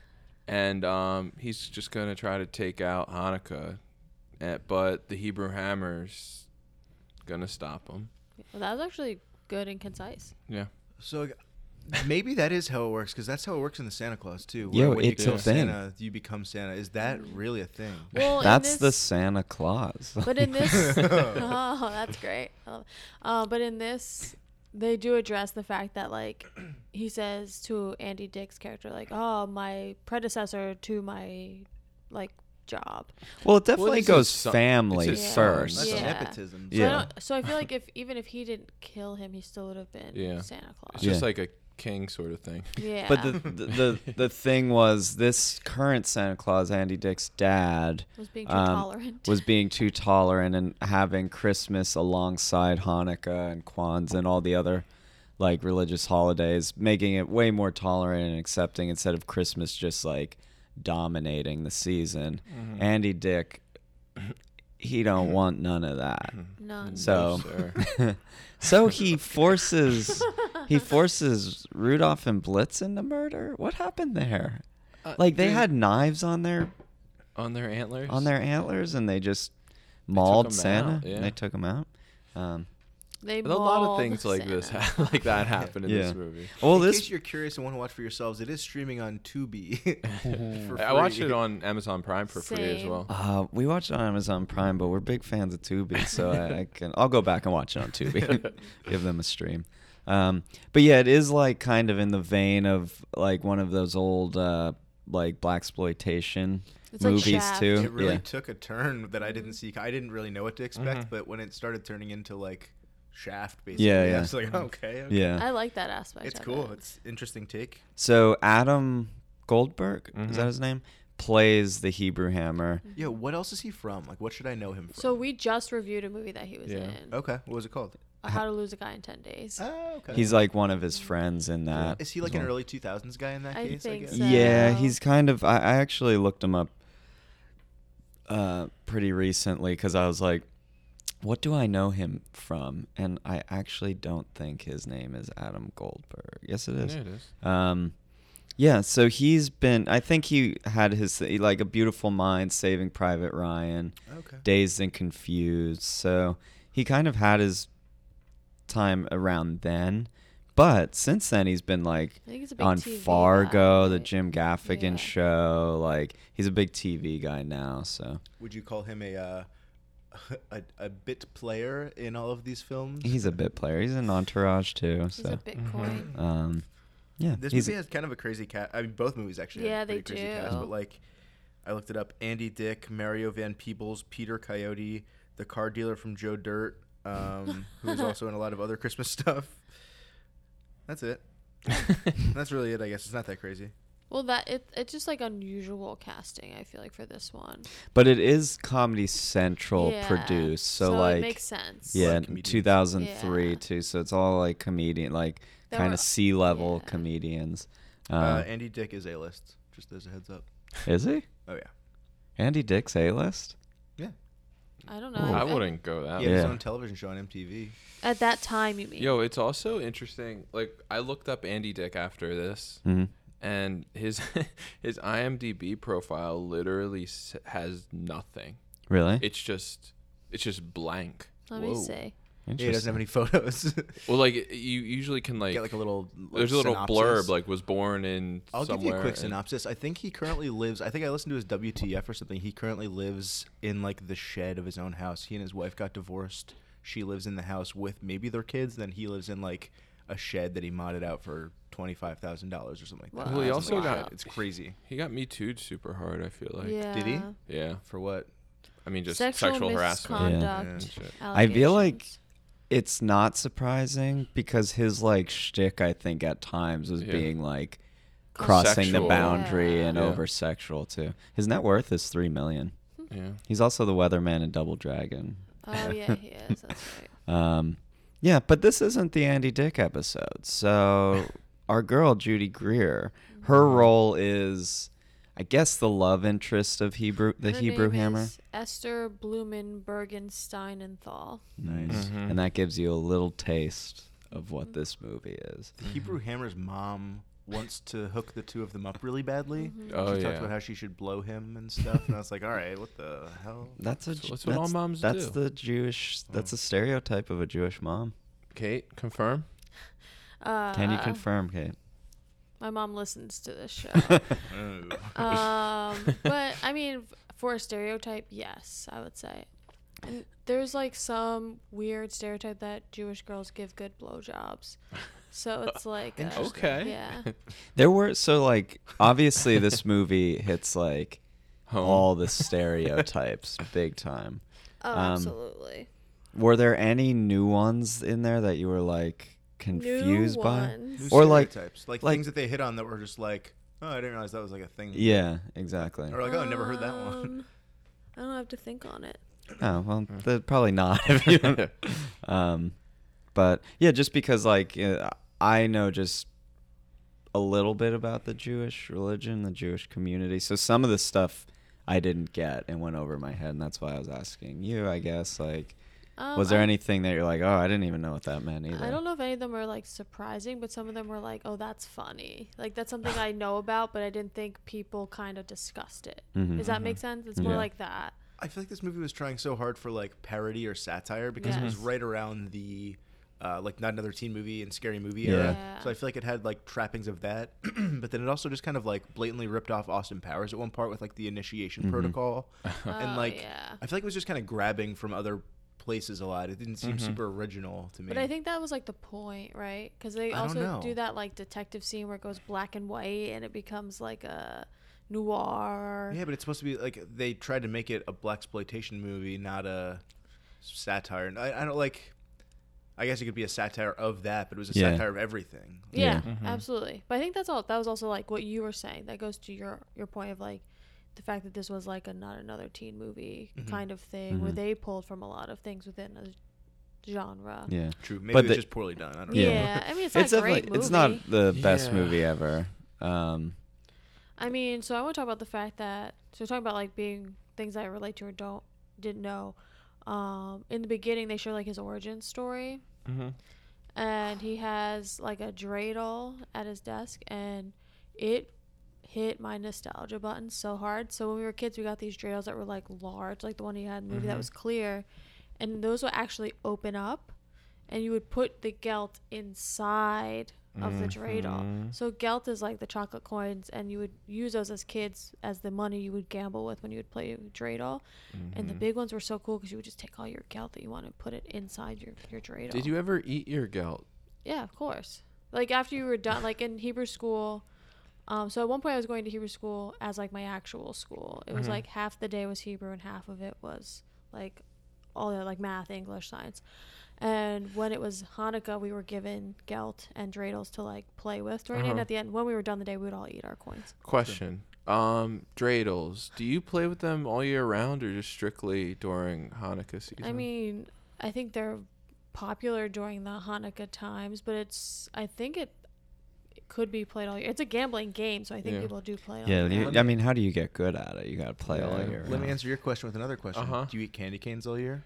And um, he's just gonna try to take out Hanukkah, eh, but the Hebrew Hammer's gonna stop him.
Well, that was actually good and concise.
Yeah.
So maybe that is how it works because that's how it works in the Santa Claus too.
Yo,
you
it's
a
kill
thing.
Santa, you become Santa. Is that really a thing?
Well, in
That's the
this-
Santa Claus.
But in this, oh, that's great. I love- Uh, but in this, they do address the fact that like he says to Andy Dick's character, like, "Oh, my predecessor to my like job."
well, it definitely
it's his
goes
son- it's
family
his son.
first.
That's
Yeah.
nepotism.
So I
Yeah.
don't- So I, feel like if even if he didn't kill him, he still would have been
Yeah.
Santa Claus.
It's just
Yeah.
like a king sort of thing.
yeah.
But the, the the the thing was, this current Santa Claus, Andy Dick's dad,
was being too
um,
tolerant.
was being too tolerant and having Christmas alongside Hanukkah and Kwanzaa and all the other like religious holidays, making it way more tolerant and accepting instead of Christmas just like dominating the season. Andy Dick, he don't want none of that.
None.
So,
sir.
so he forces he forces Rudolph and Blitzen to murder. What happened there?
Uh,
Like they
dude,
had knives on their
on their antlers.
on their antlers, and they just mauled
'em
Santa.
out, yeah.
And they took him out. Um,
they
But a lot
mauled
of things like this,
Santa.
ha- like that, happen in
Yeah.
this movie.
well,
in
this
case you're curious and want to watch for yourselves, it is streaming on Tubi. for
I watched
free.
it on Amazon Prime for free as
Same.
well.
uh, we watched it on Amazon Prime, but we're big fans of Tubi, so I, I can I'll go back and watch it on Tubi. Give them a stream. Um, but yeah, it is like kind of in the vein of like one of those old uh, like black exploitation
It's like
movies
Shaft.
too.
It really
yeah.
took a turn that I didn't see. I didn't really know what to expect,
Mm-hmm.
but when it started turning into like Shaft, basically,
Yeah,
I
yeah.
was
Mm-hmm.
like, okay, okay.
yeah.
I like that aspect.
it's
of
cool.
it.
It's interesting take.
So Adam Goldberg
Mhm.
is
Mm-hmm.
that his name? Plays the Hebrew Hammer.
Yeah, what else is he from? Like, what should I know him from?
Mm-hmm. So we just reviewed a movie that he was
Yeah.
in.
okay, what was it called?
How to Lose a Guy in Ten Days.
Oh, okay.
He's like one of his friends in that.
is he
as
like an
well.
early 2000s guy in that
I
case?
think
guess?
so.
Yeah,
So-
he's kind of. I, I actually looked him up uh, pretty recently because I was like, what do I know him from? And I actually don't think his name is Adam Goldberg. Yes, it
Yeah,
is.
it is.
Um, yeah, so he's been. I think he had his like a beautiful mind, Saving Private Ryan,
Okay.
Dazed and Confused. So he kind of had his time around then, but since then he's been like
I think he's a big
on
TV
Fargo,
guy,
the
right?
Jim Gaffigan
Yeah.
show. Like he's a big TV guy now. So
Would you call him a, uh, a a bit player in all of these films?
he's a bit player. He's an entourage too.
He's a
So
Mm-hmm.
Bitcoin.
um, yeah,
This
he's
movie has kind of a crazy cast. I mean, both movies actually.
Yeah,
have
they
pretty crazy Cast,
do.
but like, I looked it up: Andy Dick, Mario Van Peebles, Peter Coyote, the car dealer from Joe Dirt, um, who is also in a lot of other Christmas stuff. That's it. That's really it. I guess it's not that crazy.
Well, that it it's just like unusual casting. I feel like for this one,
But it is Comedy Central
Yeah.
produced, so,
it
like
makes sense.
yeah,
Like
in
comedians.
2003
Yeah.
too. So it's all like comedian, like
They
kind
were-
of C level
yeah.
comedians. Uh,
Uh, Andy Dick is a list. Just as a heads up.
is he
Oh yeah.
Andy Dick's A list?
Yeah.
I don't know.
I
At-
wouldn't go that.
He
Yeah.
had his own television show on MTV.
at that time. You mean?
Yo, it's also interesting. Like I looked up Andy Dick after this,
Mm-hmm.
and his his IMDb profile literally s- has nothing.
Really?
It's just it's just blank.
Let me
Whoa.
see.
Yeah, he doesn't have any photos.
Well, like you usually can like,
Get like a little. like,
there's a little blurb
synopsis.
like was born in.
I'll give you a
somewhere
quick
in-
synopsis. I think he currently lives. I think I listened to his WTF or something. He currently lives in like the shed of his own house. He and his wife got divorced. She lives in the house with maybe their kids. Then he lives in like a shed that he modded out for twenty five thousand dollars or something like that.
Well, he also
Something like
got-
that. it's crazy
He got me too super hard. I feel like.
yeah.
did he?
Yeah.
for what?
I mean, just
sexual,
sexual, harassment.
misconduct.
Yeah. Yeah, shit.
I feel like-
allegations.
it's not surprising because his like shtick, I think, at times was
Yeah.
being like
Cos-
crossing the
Sexual.
boundary and
Yeah.
over sexual too. His net worth is three million.
Yeah.
He's also the weatherman in Double Dragon.
Oh yeah, he is. That's right.
Um, yeah, but this isn't the Andy Dick episode. So our girl Judy Greer, her
Mm-hmm.
role is, I guess, the love interest of Hebrew, the
Her
Hebrew
name
Hammer,
is Esther Blumenbergen Steinenthal.
nice, and that gives you a little taste of what this movie is.
The Hebrew Hammer's mom wants to hook the two of them up really badly.
Oh
she
yeah.
talked about how she should blow him and stuff, and I was like, all right, what the hell?
That's a
So
Ju-
that's what all moms
That's
do. Hmm.
the Jewish. That's a stereotype of a Jewish mom.
Kate, confirm.
Uh,
Can you confirm, Kate?
My mom listens to this show.
Oh.
um, but I mean, f- for a stereotype, yes, I would say. And there's like some weird stereotype that Jewish girls give good blowjobs. So it's like uh,
Interesting.
Okay.
yeah,
There were so like obviously this movie hits like
Home.
all the stereotypes big time.
oh,
Um,
absolutely.
Were there any new ones in there that you were like confused
New
by?
ones.
Or, like-
stereotypes, like
like-
things that they hit on that were just like, oh, I didn't realize that was like a thing.
Yeah, exactly.
Or like, oh, I never heard that one.
Um, I don't have to think on it.
Oh well,
Hmm.
th- probably not. If you,
Mm-hmm.
um, but yeah, just because like uh, I know just a little bit about the Jewish religion, the Jewish community, so some of the stuff I didn't get and went over my head, and that's why I was asking you. I guess like,
Um,
was there
I-
anything that you're like, oh, I didn't even know what that meant either?
I don't know if any of them were like surprising, but some of them were like, "Oh, that's funny." Like that's something I know about, but I didn't think people kind of discussed it.
Mhm.
Does that make sense? It's more
Yeah.
like that.
I feel like this movie was trying so hard for like parody or satire because it was
Yes.
right around the uh, like not another teen movie and scary movie
Yeah.
era.
Yeah.
So I feel like it had like trappings of that, but then it also just kind of like blatantly ripped off Austin Powers at one part with like the initiation protocol, and
Oh,
like
yeah.
I feel like it was just kind of grabbing from other places a lot. It didn't seem super original to me.
But I think that was like the point, right? Because they
I don't
also
know.
do that like detective scene where it goes black and white and it becomes like a noir.
yeah, but it's supposed to be like they tried to make it a black exploitation movie, not a satire. And I, I don't like. I guess it could be a satire of that, but it was a
Yeah.
satire of everything.
Yeah,
Yeah.
Mm-hmm.
absolutely. But I think that's all. That was also like what you were saying. That goes to your your point of like the fact that this was like a not another teen movie
Mm-hmm.
kind of thing where they pulled from a lot of things within a genre.
Yeah,
True. Maybe
But
it's
the-
just poorly done. I don't
Yeah,
know.
I mean it's not a great movie.
it's not the best
Yeah.
movie ever. Um,
I mean, so I want to talk about the fact that so we're talking about like being things I relate to or don't didn't know. Um, in the beginning, they show like his origin story,
Mhm.
and he has like a dreidel at his desk, and it hit my nostalgia button so hard. So when we were kids, we got these dreidels that were like large, like the one he had in the movie that was clear, and those would actually open up, and you would put the gelt inside of the dreidel. So gelt is like the chocolate coins, and you would use those as kids as the money you would gamble with when you would play dreidel. And the big ones were so cool because you would just take all your gelt that you want and put it inside your your dreidel.
Did you ever eat your gout?
Yeah, of course. Like after you were done, like in Hebrew school. Um, so at one point I was going to Hebrew school as like my actual school. It was
Mm-hmm.
like half the day was Hebrew and half of it was like all the like math, English, science. And when it was Hanukkah, we were given gelt and dreidels to like play with during it.
Uh-huh.
And at the end, when we were done the day, we would all eat our coins.
Question. Um, dreidels. Do you play with them all year round or just strictly during Hanukkah season?
I mean, I think they're popular during the Hanukkah times, but it's I think it, it could be played all year. It's a gambling game, so I think
Yeah.
people do play it.
Yeah,
all year.
you,
Let
I
me-
mean, how do you get good at it? You got to play all uh,
Yeah.
year.
Let me
round.
answer your question with another question.
Uh-huh.
Do you eat candy canes all year?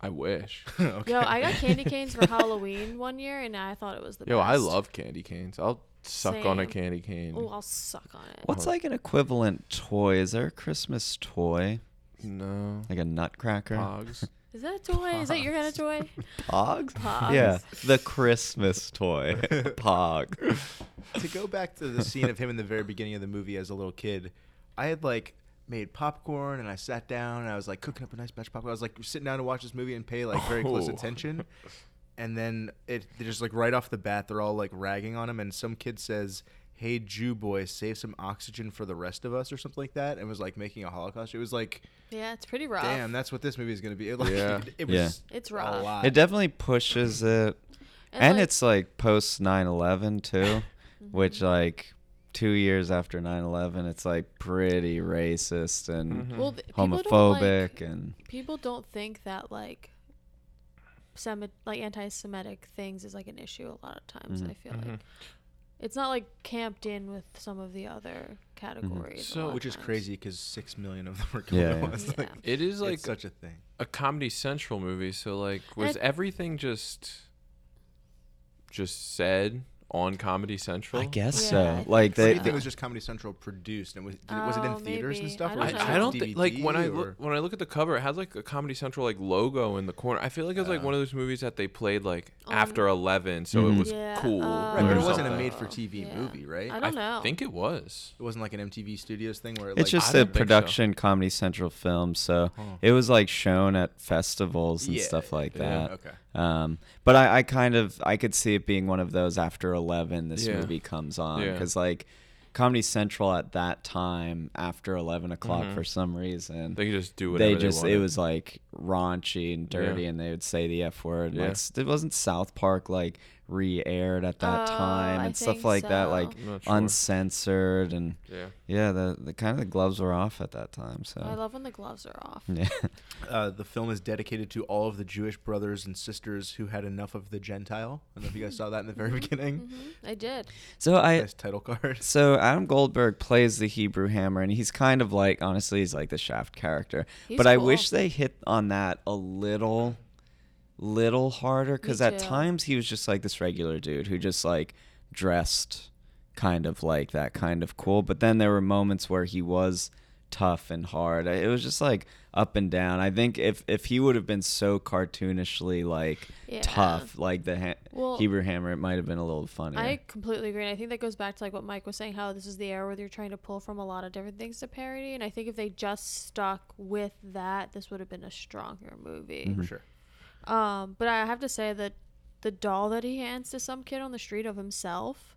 I wish.
okay.
Yo, I got candy canes for Halloween one year, and I thought it was the
Yo,
best.
I love candy canes. I'll suck on a
Same.
candy cane.
Oh, I'll suck on it.
What's like an equivalent toy? Is there a Christmas toy?
No.
Like a nutcracker?
Pogs.
Is that a toy? Is that your kind of toy?
Pogs?
Pogs.
Yeah, the Christmas toy. Pog.
to go back to the scene of him in the very beginning of the movie as a little kid, I had like made popcorn and I sat down and I was like cooking up a nice batch of popcorn. I was like sitting down to watch this movie and pay like very close
Oh.
attention. And then it they're just like right off the bat, they're all like ragging on him, and some kid says, "Hey, Jew boy, save some oxygen for the rest of us," or something like that, and was like making a Holocaust. It was like,
Yeah, it's pretty rough.
damn, that's what this movie is gonna be. Like,
Yeah.
it, it
Yeah.
was
It's
a
rough.
lot.
It definitely pushes it. And,
like,
it's like post 9 11 too, which like two years after 9 11, it's like pretty racist
Mm-hmm.
and
well, th- people don't,
homophobic.
like-
and
people don't think that like Semi- like anti-Semitic things is like an issue a lot of times. I feel like it's not like camped in with some of the other categories. a
So-
lot of
which is
Mm-hmm. times.
crazy because six million of them were killed
Yeah,
at
yeah.
once.
Yeah.
Like,
It is like
it's such a thing.
a Comedy Central movie, so like was
it-
everything just just said on Comedy Central?
I guess
Yeah, I
so.
think
Like,
so.
they,
I think
they-
it was just Comedy Central produced, and was, did, was it in
Oh,
theaters
maybe.
and stuff?
I
or
don't
was it
know.
just
I, I don't
DVD
think like when I
or-
look when I look at the cover, it has like a Comedy Central like logo in the corner. I feel like it's like
Yeah.
one of those movies that they played like
On-
after eleven, so
Mhm.
it was
Um, Yeah,
cool.
uh,
Right,
or
but it wasn't a
something.
made-for-TV movie, right?
I don't know.
I think it was.
it wasn't like an MTV Studios thing where it,
it's
like,
just
I
a
don't think so.
production Comedy Central film. So it was like shown at festivals and
Yeah,
stuff like
yeah,
that.
okay.
Um, but I, I kind of I could see it being one of those after eleven this
Yeah.
movie comes on
Yeah.
because like Comedy Central at that time after eleven o'clock for some reason
Mm-hmm. They could just do whatever
they
they
just it
wanted.
was like raunchy and dirty
Yeah.
and they would say the f word.
Yeah.
Like s- it wasn't South Park like re-aired at that
Oh,
time
I
and stuff
think
like that
so.
like
I'm not sure.
uncensored and
yeah.
yeah the, the kind of the gloves were off at that time so
I love when the gloves are off.
yeah
Uh, the film is dedicated to all of the Jewish brothers and sisters who had enough of the Gentile. I don't know if you guys saw that in the very beginning.
Mm-hmm. I did.
so I
nice title card.
So Adam Goldberg plays the Hebrew Hammer, and he's kind of like, honestly, he's like the Shaft character.
He's
but I
cool.
wish they hit on that a little, little harder because at
too.
times he was just like this regular dude who just like dressed kind of like that kind of cool. But then there were moments where he was tough and hard. I- It was just like up and down. I think if if he would have been so cartoonishly like
Yeah.
tough, like the ha-
Well-
Hebrew Hammer, it might have been a little funnier.
I completely agree. And I think that goes back to like what Mike was saying, how this is the era where they're trying to pull from a lot of different things to parody. And I think if they just stuck with that, this would have been a stronger movie.
Mm-hmm.
For sure.
Um, but I have to say that the doll that he hands to some kid on the street of himself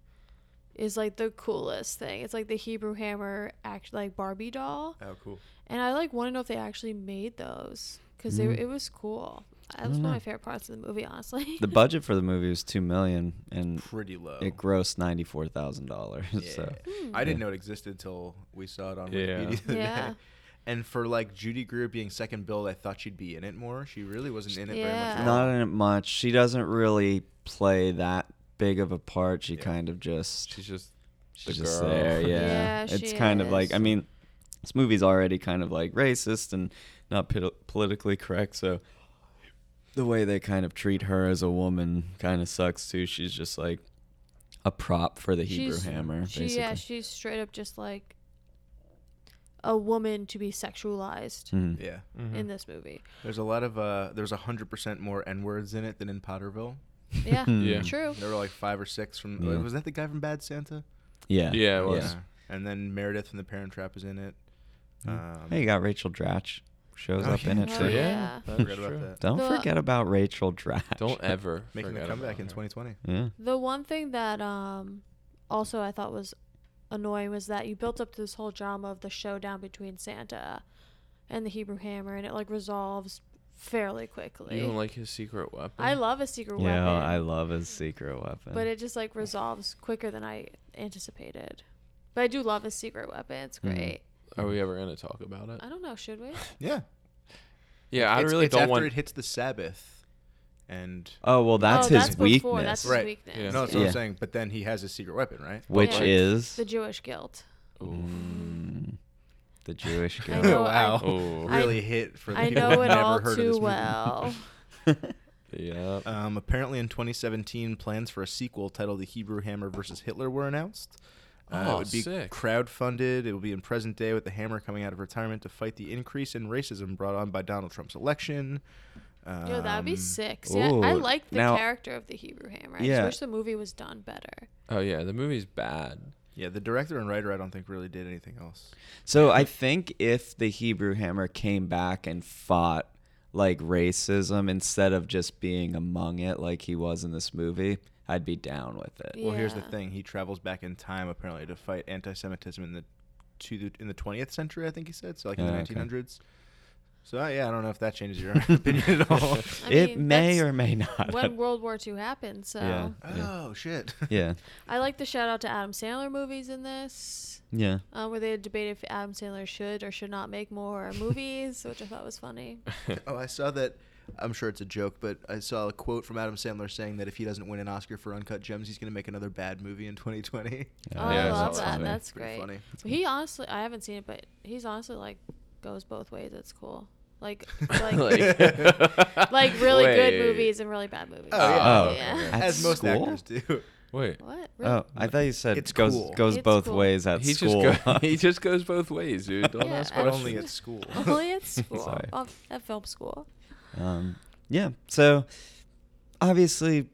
is like the coolest thing. It's like the Hebrew Hammer act like Barbie doll,
Oh, cool.
and I like want to know if they actually made those because
Mm.
it was cool. That was one of my favorite parts of the movie, honestly.
the budget for the movie was two million, and
Pretty low.
it grossed ninety four thousand dollars.
Yeah.
So
I didn't know it existed until we saw it on
Yeah.
Wikipedia. The other
Yeah.
day. And for like Judy Greer being second build, I thought she'd be in it more. She really wasn't in it very much.
Yeah. Oh.
at
not
all.
in it much. She doesn't really play that big of a part. She kind of just
She's just
she's
the
just
girl.
there. Yeah,
Yeah,
it's
she
kind of like
is.
I mean, this movie's already kind of like racist and not pol- politically correct. So the way they kind of treat her as a woman kind of sucks too. She's just like a prop for the Hebrew
She's-
Hammer.
She,
basically.
yeah, she's straight up just like a woman to be sexualized
Mhm.
Yeah.
Mm-hmm.
in this movie.
There's a lot of uh there's a hundred percent more N words in it than in Potterville.
Yeah,
Yeah.
true.
There were like five or six from
Yeah.
was that the guy from Bad Santa?
Yeah.
Yeah, it was.
And then Meredith from the Parent Trap is in it. Um,
Hey, you got Rachel Dratch shows
Oh,
up in it
yeah.
too.
Oh,
Yeah.
yeah.
I
that's
forgot about
true.
that.
Don't
The-
forget about Rachel Dratch.
Don't ever
Making a
forget
comeback
about
in
her.
2020.
Yeah.
The one thing that um also I thought was annoying was that you built up to this whole drama of the showdown between Santa and the Hebrew Hammer, and it like resolves fairly quickly.
You don't like his secret weapon?
I love a secret
Yeah,
weapon.
I love his secret weapon.
but it just like resolves quicker than I anticipated. But I do love a secret weapon. It's
Mhm.
great.
Are we ever gonna talk about it?
I don't know. Should we?
Yeah,
Yeah, I
it's,
really
it's
don't
after
want.
it hits the Sabbath, and
oh well, that's
oh,
his
that's Before.
weakness,
That's his
Right.
weakness.
Yeah.
no, that's
Yeah.
what I'm saying. But then he has his secret weapon, right?
which
Yeah.
is
The Jewish guilt.
Mm, the Jewish
I
guy.
know.
Wow.
I,
Oh,
I-
Really hit for the
I
people
know
who've
it
never
all
heard of
too
this movie.
well.
yeah.
Um, apparently, in 2017, plans for a sequel titled "The Hebrew Hammer versus Hitler" were announced. Uh,
Oh,
it would be
sick.
crowdfunded. It will be in present day with the hammer coming out of retirement to fight the increase in racism brought on by Donald Trump's election. Um,
Yo, that'd be sick. See, I, I
ooh,
like the
now-
character of the Hebrew Hammer. I just
Yeah.
wish the movie was done better.
Oh yeah, the movie's bad.
Yeah, the director and writer, I don't think, really did anything else.
So I think if the Hebrew Hammer came back and fought like racism instead of just being among it like he was in this movie, I'd be down with it.
Well, here's the
Yeah.
thing: he travels back in time apparently to fight anti-Semitism in the to the, in the 20th century. I think he said so, like in the
Yeah, okay.
1900s. So uh, yeah, I don't know if that changes your opinion at all.
I
it
mean,
may
that's
or may not.
when World War II happened. So
yeah. Yeah.
oh shit!
Yeah.
I like the shout out to Adam Sandler movies in this,
Yeah.
uh, where they had debated if Adam Sandler should or should not make more movies, which I thought was funny.
Oh, I saw that. I'm sure it's a joke, but I saw a quote from Adam Sandler saying that if he doesn't win an Oscar for Uncut Gems, he's going to make another bad movie in 2020.
Oh, I
Yeah,
love
it's all
that.
funny.
That's
Pretty
great.
funny.
He honestly, I haven't seen it, but he's honestly like goes both ways. It's cool. Like,
Like-
like, like, really good
Wait.
movies and really bad movies.
Oh, yeah.
Oh,
yeah.
At
As most
school?
actors do.
Wait.
What? Really?
Oh, I thought you said
It's
goes
cool.
goes
It's
both
cool.
ways at
he
school.
just go, he just goes both ways, dude. Don't
Yeah,
ask
I-
But
questions.
only at school.
Only at school.
Sorry.
Oh, at film school.
Um, yeah. So obviously,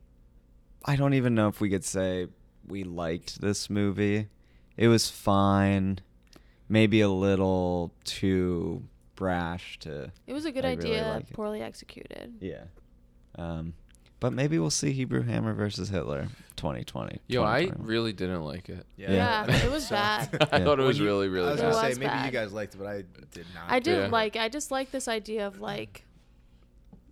I don't even know if we could say we liked this movie. It was fine. Maybe a little too brash to.
It was a good
I really
idea,
like it.
poorly executed.
Yeah. Um, but maybe we'll see Hebrew Hammer versus Hitler 2020.
Yo, I
2021.
really didn't like it.
Yeah.
Yeah.
Yeah, it was bad.
I
Yeah.
thought it
Well,
was
you-
really, really
I was
bad.
gonna
bad.
say
It was
maybe you
bad.
guys liked it, but I did not.
I didn't
Yeah.
like. I just like this idea of like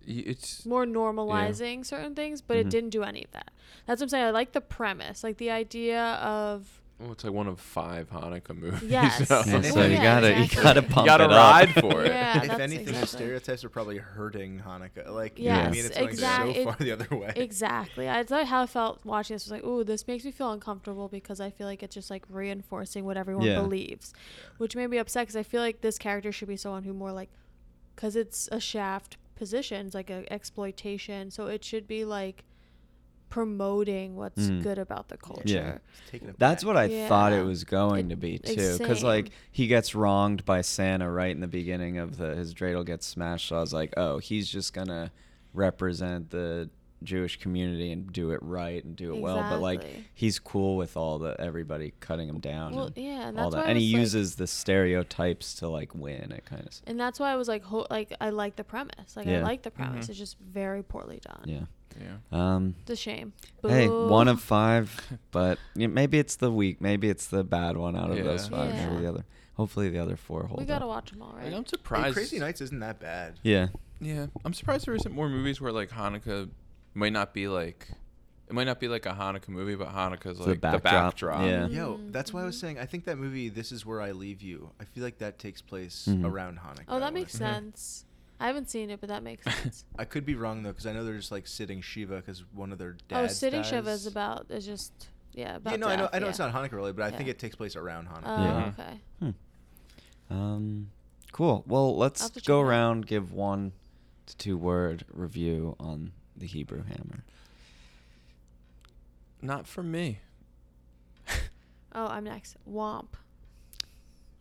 Y- It's
more normalizing certain things, but it
Mhm.
didn't do any of that. That's what I'm saying. I like the premise, like the idea of
well, oh, it's like one of five Hanukkah movies.
Yes.
so-
Yeah,
Well,
so you
yeah,
gotta
exactly.
you gotta
You
pump
gotta
it
ride
up.
for it.
Yeah,
if
that's
anything, the
exactly.
stereotypes are probably hurting Hanukkah. Like, you know what I mean,
Yes,
it's going
exact-
so
it-
far the other way.
exactly. I thought how I felt watching this was like, ooh, this makes me feel uncomfortable because I feel like it's just like reinforcing what everyone
Yeah.
believes, which made me upset because I feel like this character should be someone who more like, because it's a shaft position, it's like a exploitation, so it should be like promoting what's
Mm.
good about the culture.
Yeah.
It's taking it
That's
back.
what I thought
Yeah.
it was going
It-
to be
it's
too, because like
same.
he gets wronged by Santa right in the beginning of the his dreidel gets smashed. So I was like, oh, he's just gonna represent the Jewish community and do it right and do it well. But like
Exactly.
he's cool with all the everybody cutting him down
Well,
and
yeah, and
all
that's why
that,
I
and he
was, like-
uses the stereotypes to like win. It kind of
And that's why I was like, ho- like I like the premise. Like I
Yeah. Mm-hmm.
like the premise.
Mhm.
It's just very poorly done.
yeah.
Yeah.
Um,
It's a shame.
hey, one
Boo.
of five, but yeah, maybe it's the weak, maybe it's the bad one out of those
Yeah.
five.
Yeah.
Maybe the other, hopefully the other four hold.
we gotta
up.
watch them all, right?
Like, I'm
Hey,
surprised.
Crazy Nights isn't that bad.
Yeah.
Yeah, I'm surprised there isn't more movies where like Hanukkah might not be like it might not be like a Hanukkah movie, but Hanukkah's like
The backdrop. Yeah.
Um, Yo,
Mm,
that's why I was
mhm.
saying I think that movie This Is Where I Leave You. I feel like that takes place
Mhm.
around Hanukkah.
oh,
I
that
wanna
makes
say.
sense. I haven't seen it, but that makes sense.
I could be wrong though, because I know there's like sitting Shiva, because one of their
oh,
dads.
sitting Shiva
dies.
is about is just yeah about.
yeah, no, I know,
death,
I know
yeah.
it's not Hanukkah related, but I think
Yeah.
it takes place around
Oh,
Hanukkah.
Yeah.
okay.
Hmm. Um, cool. Well, let's
have to check
go
it out.
around, give one to two word review on the Hebrew Hammer.
Not for me.
Oh, I'm next. Womp.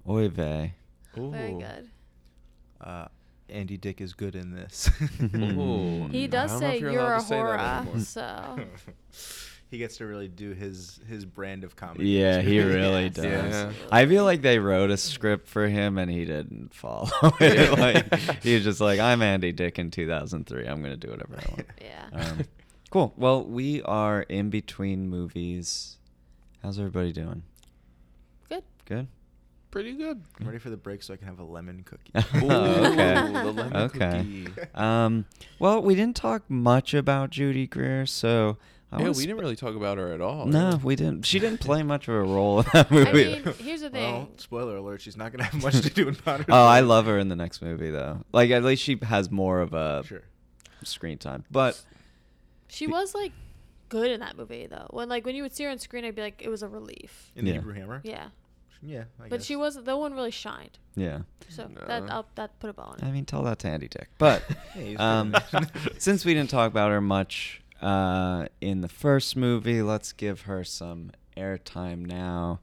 Oy vey.
Oh, Very
Ooh.
good.
Uh, Andy Dick is good in this.
Ooh.
He
Mm.
does
I don't know
say
if
you're,
allowed
a
to say that
horror,
anymore.
so
he gets to really do his his brand of comedy.
Yeah, he really
Yeah.
does.
Yeah.
I feel like they wrote a script for him and he didn't follow
Yeah.
it. like, he was just like, I'm Andy Dick in 2003. I'm going to do whatever I want.
yeah.
Um, cool. Well, we are in between movies. How's everybody doing?
Good.
Good.
pretty good.
I'm ready for the break so I can have a lemon cookie.
Ooh, okay.
the lemon
Okay.
cookie.
Um, well, we didn't talk much about Judy Greer, so I
yeah,
was-
we didn't really talk about her at all.
No, we didn't. She didn't play much of a role in that
I
movie.
mean, here's the thing.
Well, spoiler alert, she's not going to have much to do in modern.
oh, I love her in the next movie though. Like at least she has more of a
Sure.
screen time. But
She
The-
was like good in that movie though. When like when you would see her on screen, I'd be like, it was a relief.
In the
Yeah.
Hebrew Hammer?
Yeah,
Yeah. I
but
guess.
she wasn't. No one really shined.
yeah,
So that
No.
I'll that put a ball in.
I
it.
mean, tell that to Andy Dick. But
Hey, he's
um,
doing it.
since we didn't talk about her much uh, in the first movie, let's give her some airtime now.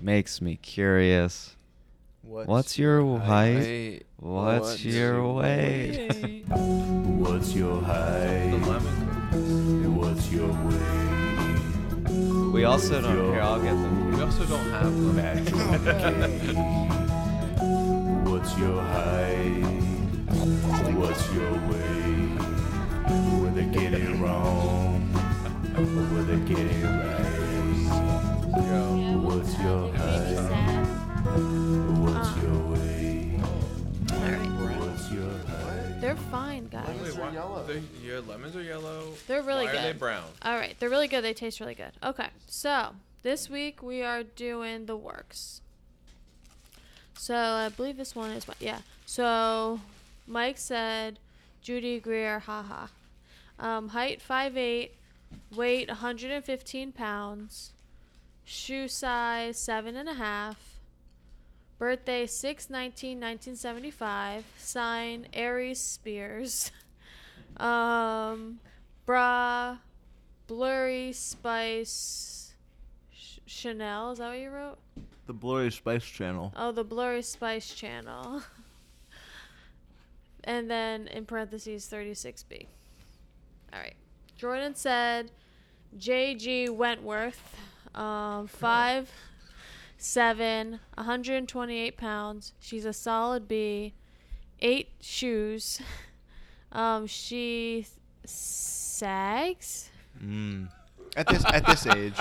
Makes me curious.
What's,
What's your height?
Wait,
What's your weight?
Yay.
What's your
The
height?
lemon cookies.
What's your weight?
We also don't. Here, I'll get them.
We also don't have them.
What's your height? What's your weight? Were they getting wrong? Or were they getting right?
Yo.
What's your height? What's your weight? What's your height?
They're fine, guys.
Wait, why, yellow. Your lemons are yellow.
They're really
why
good.
Are they brown?
All right, they're really good. They taste really good. Okay, so this week we are doing the works. So I believe this one is my yeah. So Mike said Judy Greer, haha. Um, height 5'8, weight 115 pounds, shoe size seven and a half, birthday 6 19 1975, sign Aries Spears, um, bra Blurry Spice Sh- Chanel. Is that what you wrote?
the Blurry Spice Channel?
Oh, the Blurry Spice Channel. and then in parentheses 36B. All right. Jordan said J.G. Wentworth, um, five, seven, 128 pounds. She's a solid B. Eight shoes. Um, she sags.
Mm. At this at this age,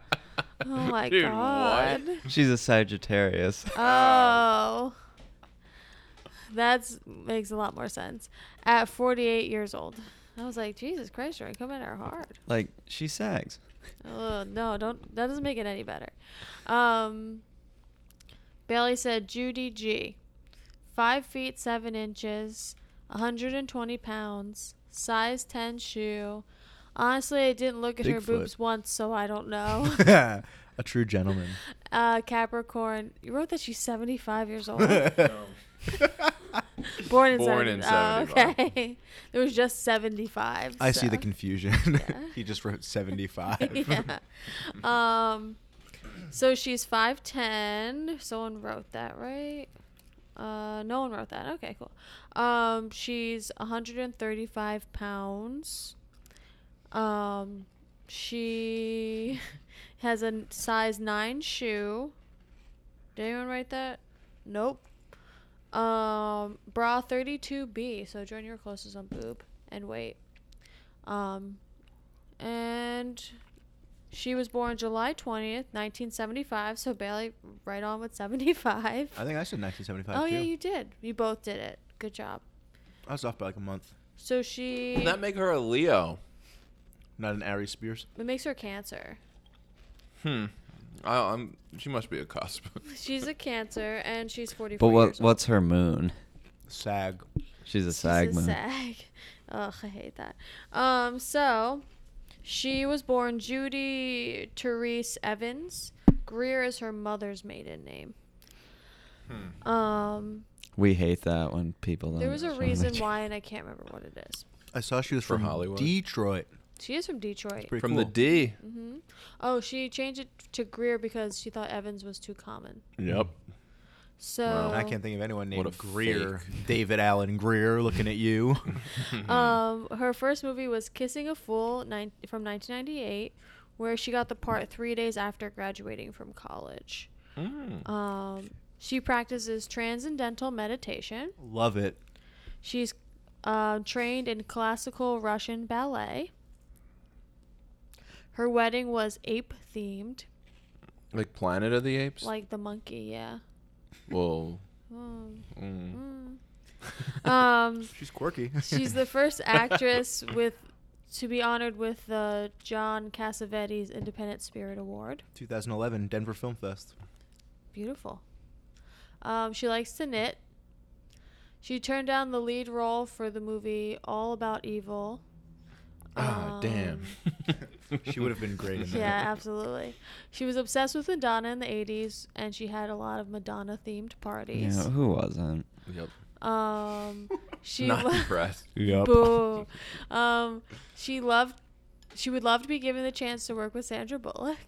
Oh my
Dude, what?
god.
She's a Sagittarius.
Uh, Oh. That's makes a lot more sense. At 48 years old. I was like, Jesus Christ, you're coming at her hard.
Like she sags.
Oh, no, don't. That doesn't make it any better. Um, Bailey said Judy G. Five feet seven inches, 120 pounds, size 10 shoe. Honestly, I didn't look at her
Bigfoot.
boobs once, so I don't know.
a true gentleman.
Uh, Capricorn. You wrote that she's 75 years old. Born in
Born
70.
in
Oh,
75.
okay. There was just 75.
I see the
so-
confusion.
Yeah.
he just wrote seventy five.
yeah. Um, so she's 5'10. Someone wrote that, right? Uh, no one wrote that. Okay, cool. Um, she's 135 pounds. Um, she has a n- size 9 shoe. Did anyone write that? Nope. Um, bra 32B. So join your closest on boob and weight. Um, and she was born July 20th, 1975. So Bailey, right on with 75.
I think I said nineteen seventy five
Oh,
too.
yeah, you did. You both did it. Good job.
I was off by like a month.
So she.
Doesn't that make her a Leo?
Not an Aries Spears.
it makes her cancer.
Hmm. I, I'm. She must be a cusp.
She's a cancer and she's 44.
But what
years old.
what's her moon?
Sag.
She's a
She's
sag
a
moon.
sag. Ugh, I hate that. Um, so she was born Judy Therese Evans. Greer is her mother's maiden name.
Hmm.
Um,
We hate that when people don't.
there was a
wanna
reason
make-
why, and I can't remember what it is.
I saw she was
From
from,
Hollywood.
Detroit.
She is from Detroit.
Pretty
From the
cool.
D.
hmm Oh, she changed it to Greer because she thought Evans was too common.
Yep.
So
I can't think of anyone
What
named
a
Greer. David Allen Greer looking at you. Mm-hmm.
Um, her first movie was Kissing a Fool nine from 1998, where she got the part three days after graduating from college.
Mm.
Um, she practices transcendental meditation.
Love it.
She's uh, trained in classical Russian ballet. Her wedding was ape themed,
Like Planet of the Apes.
like the monkey, yeah.
Well,
Mm,
mm.
mm. um,
She's quirky.
she's the first actress with to be honored with the John Cassavetes Independent Spirit Award.
2011 Denver Film Fest.
Beautiful. Um, she likes to knit. She turned down the lead role for the movie All About Evil.
ah, damn.
Um,
She would have been great in that.
yeah, absolutely. She was obsessed with Madonna in the 80s, and she had a lot of Madonna themed
Yeah,
parties.
who wasn't?
Yep.
Um, she
Not
lo-
impressed.
Yep.
Boo. Um, she loved. She would love to be given the chance to work with Sandra Bullock.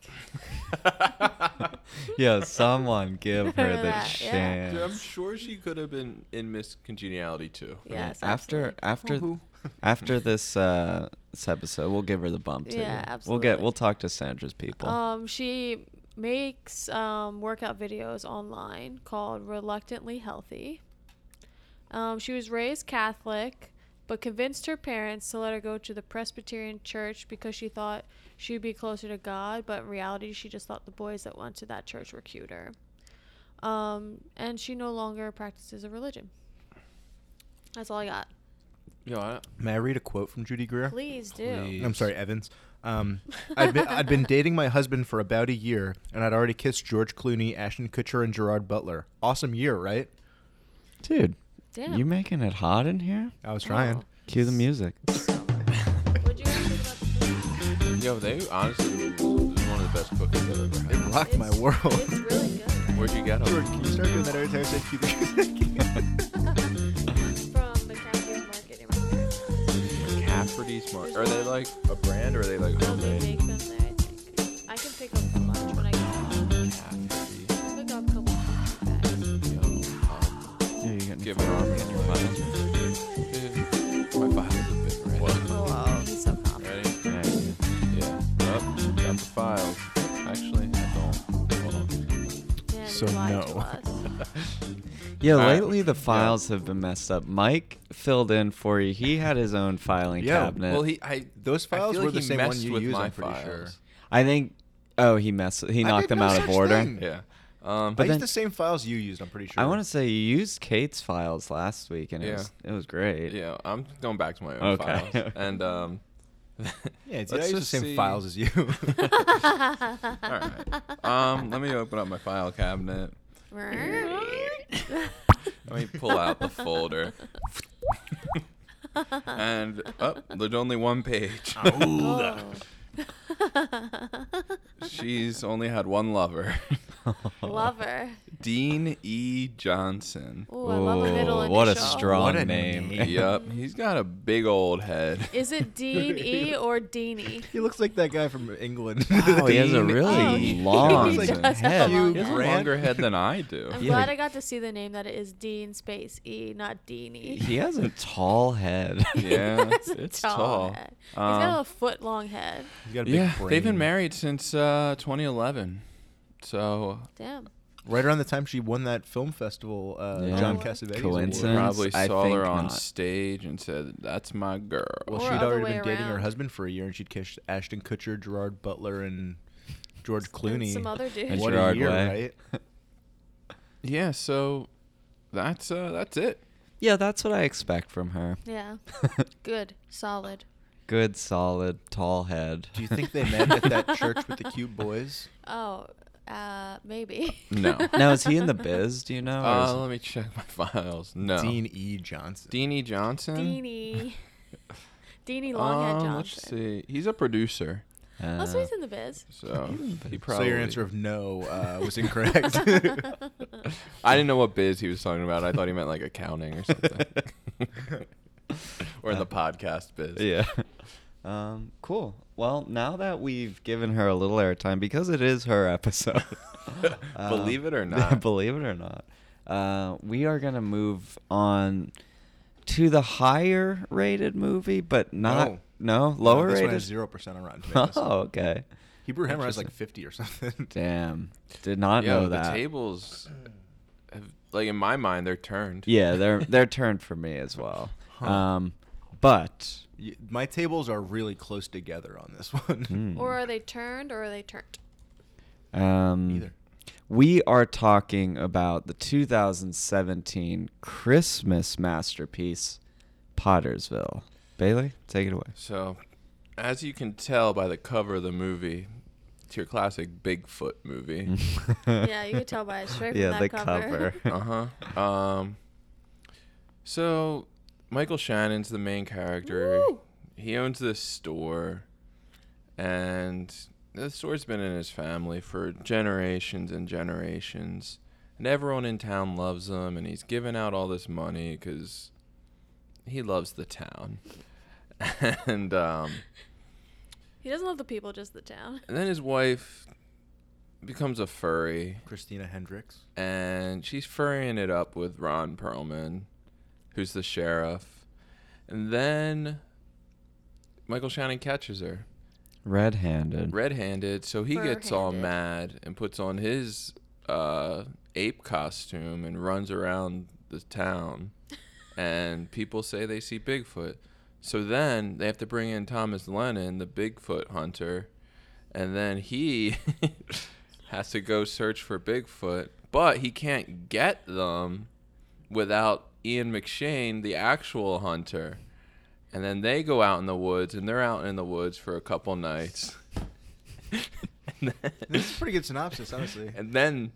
Yo, someone give her the
That, yeah.
chance.
Dude, I'm sure she could have been in Miss Congeniality too.
Yes.
after
absolutely.
after after this uh this episode, we'll give her the bump too.
Yeah,
We'll get
absolutely.
we'll talk to Sandra's people.
Um, she makes um, workout videos online called Reluctantly Healthy. Um, she was raised Catholic, but convinced her parents to let her go to the Presbyterian church because she thought she would be closer to God, but in reality, she just thought the boys that went to that church were cuter. Um, and she no longer practices a religion. That's all I got.
Yo, I,
May I read a quote from Judy Greer?
Please do.
Please.
I'm sorry, Evans. Um, I'd, been, I'd been dating my husband for about a year, and I'd already kissed George Clooney, Ashton Kutcher, and Gerard Butler. Awesome year, right?
Dude,
Damn.
you making it hot in here?
I was trying.
Cue the music.
Would you guys think about
yo, they honestly this is one of the best cookies I've ever had.
It rocked my
Oh. It's-
world.
It's really good.
Where'd you get them?
can you start doing that every time I say Cuba
from the Catholic market. in
Cafferty's Mark. Are they like a brand or are they like
No, they
homemade?
make them there. I think. I can pick up a bunch when I get home.
Cafferty.
I'll Pick up a couple. bags.
Yo, um,
Yeah, you getting
give me all
in your files?
dude, My files have been ready.
Oh, wow, he's so confident.
Ready?
Yeah, yeah.
Yeah. Up. Got the files. Actually, I don't. Hold on.
Yeah,
So
you lied
no.
to us.
Yeah,
All right.
lately the files have been messed up. Mike filled in for you. He had his own filing
Yeah,
cabinet.
Well, he. I.
Those
I
files
feel
were
like
the
he
same one
messed
you
with
use,
my
I'm pretty sure.
files.
I think oh, he messed he knocked
did
them
no
out of
such
order.
thing.
Yeah. Um.
But
I
then-
used the same files you used, I'm pretty sure.
I want to say you used Kate's files last week and it
Yeah.
was it was great.
Yeah, I'm going back to my own
Okay.
files. And um,
Yeah, dude, I
let's
used the
just
same
see-
files as you.
All right. Um, let me open up my file cabinet. Let me pull out the folder. and oh, there's only one page.
Oh.
She's only had one lover,
Lover.
Dean E. Johnson.
Ooh, I love a
Ooh,
middle initial.
Oh, what a strong
What a
name.
name.
Yep, he's got a big old head.
Is it Dean E or Deanie?
he looks like that guy from England.
Oh, he has a
Dean
really
E.
long
He does
have a
head. You-
long head.
He has a
Brand-
longer head than I do.
I'm
Yeah,
glad
like-
I got to see the name that it is Dean Space E, not Deanie.
He has a tall head.
Yeah,
That's a
it's tall.
head. He's
Um,
Uh,
got a foot long head.
He's got a big
Yeah, they've
brain.
been married since uh, 2011. So
Damn.
Right around the time she won that film festival, uh,
Yeah.
John Cassavetes.
Coincidence?
Award.
probably
I
saw
think
her on
not.
stage and said, "That's my girl."
Well,
Or
she'd
other
already
way
been dating her
around.
husband for a year, and she'd kissed Ashton Kutcher, Gerard Butler, and George
And
Clooney.
some other
And
dude.
what
Gerard
a year,
Way.
right?
yeah, so that's uh, that's it.
yeah, that's what I expect from her.
Yeah. Good. Solid.
Good, solid, tall head.
Do you think they met at that church with the cute boys?
Oh, uh, maybe.
No.
now is he in the biz? Do you know? or is-
Uh, let me check my files. No,
Dean E. Johnson.
Deanie Johnson.
Deanie. Deanie E. Longhead
Um,
Johnson.
Let's see. He's a producer,
uh,
That's why he's in the biz.
so Oh, he
so
probably.
your answer of no uh, was incorrect.
I didn't know what biz he was talking about. I thought he meant like accounting or something. or in the podcast biz.
Uh, yeah. Um, cool. Well, now that we've given her a little airtime because it is her episode. um,
Believe it or not.
believe it or not. Uh, we are gonna move on to the higher rated movie, but not no, lower
Oh. this one
rated.
has zero percent on Rotten Tomatoes.
Oh, okay.
Hebrew Hammer has like
Interesting.
fifty or something.
Damn, did not
Yo,
know that.
the tables, have, like in my mind, they're turned.
Yeah, they're they're turned for me as well. Um, but
Y- My tables are really close together on this one.
hmm,
Or are they turned or are they turned?
um,
Either.
We are talking about the 2017 Christmas masterpiece, Pottersville. Bailey, take it away.
So, as you can tell by the cover of the movie, it's your classic Bigfoot movie.
yeah, you could tell by it straight from
yeah,
that
the
cover.
cover. Oh.
uh huh. Um, so Michael Shannon's the main character.
Woo!
He owns this store, and the store's been in his family for generations and generations. And everyone in town loves him, and he's giving out all this money because he loves the town. and um,
He doesn't love the people, just the town.
and then his wife becomes a furry,
Christina Hendricks.
and she's furrying it up with Ron Perlman, who's the sheriff. And then Michael Shannon catches her
Red handed.
red handed, so he gets all
Fur-handed.
mad and puts on his uh, ape costume and runs around the town. and people say they see Bigfoot. So then they have to bring in Thomas Lennon, the Bigfoot hunter, and then he has to go search for Bigfoot, but he can't get them without Ian McShane, the actual hunter. And then they go out in the woods, and they're out in the woods for a couple nights. and, then,
This is a pretty good synopsis, honestly.
and then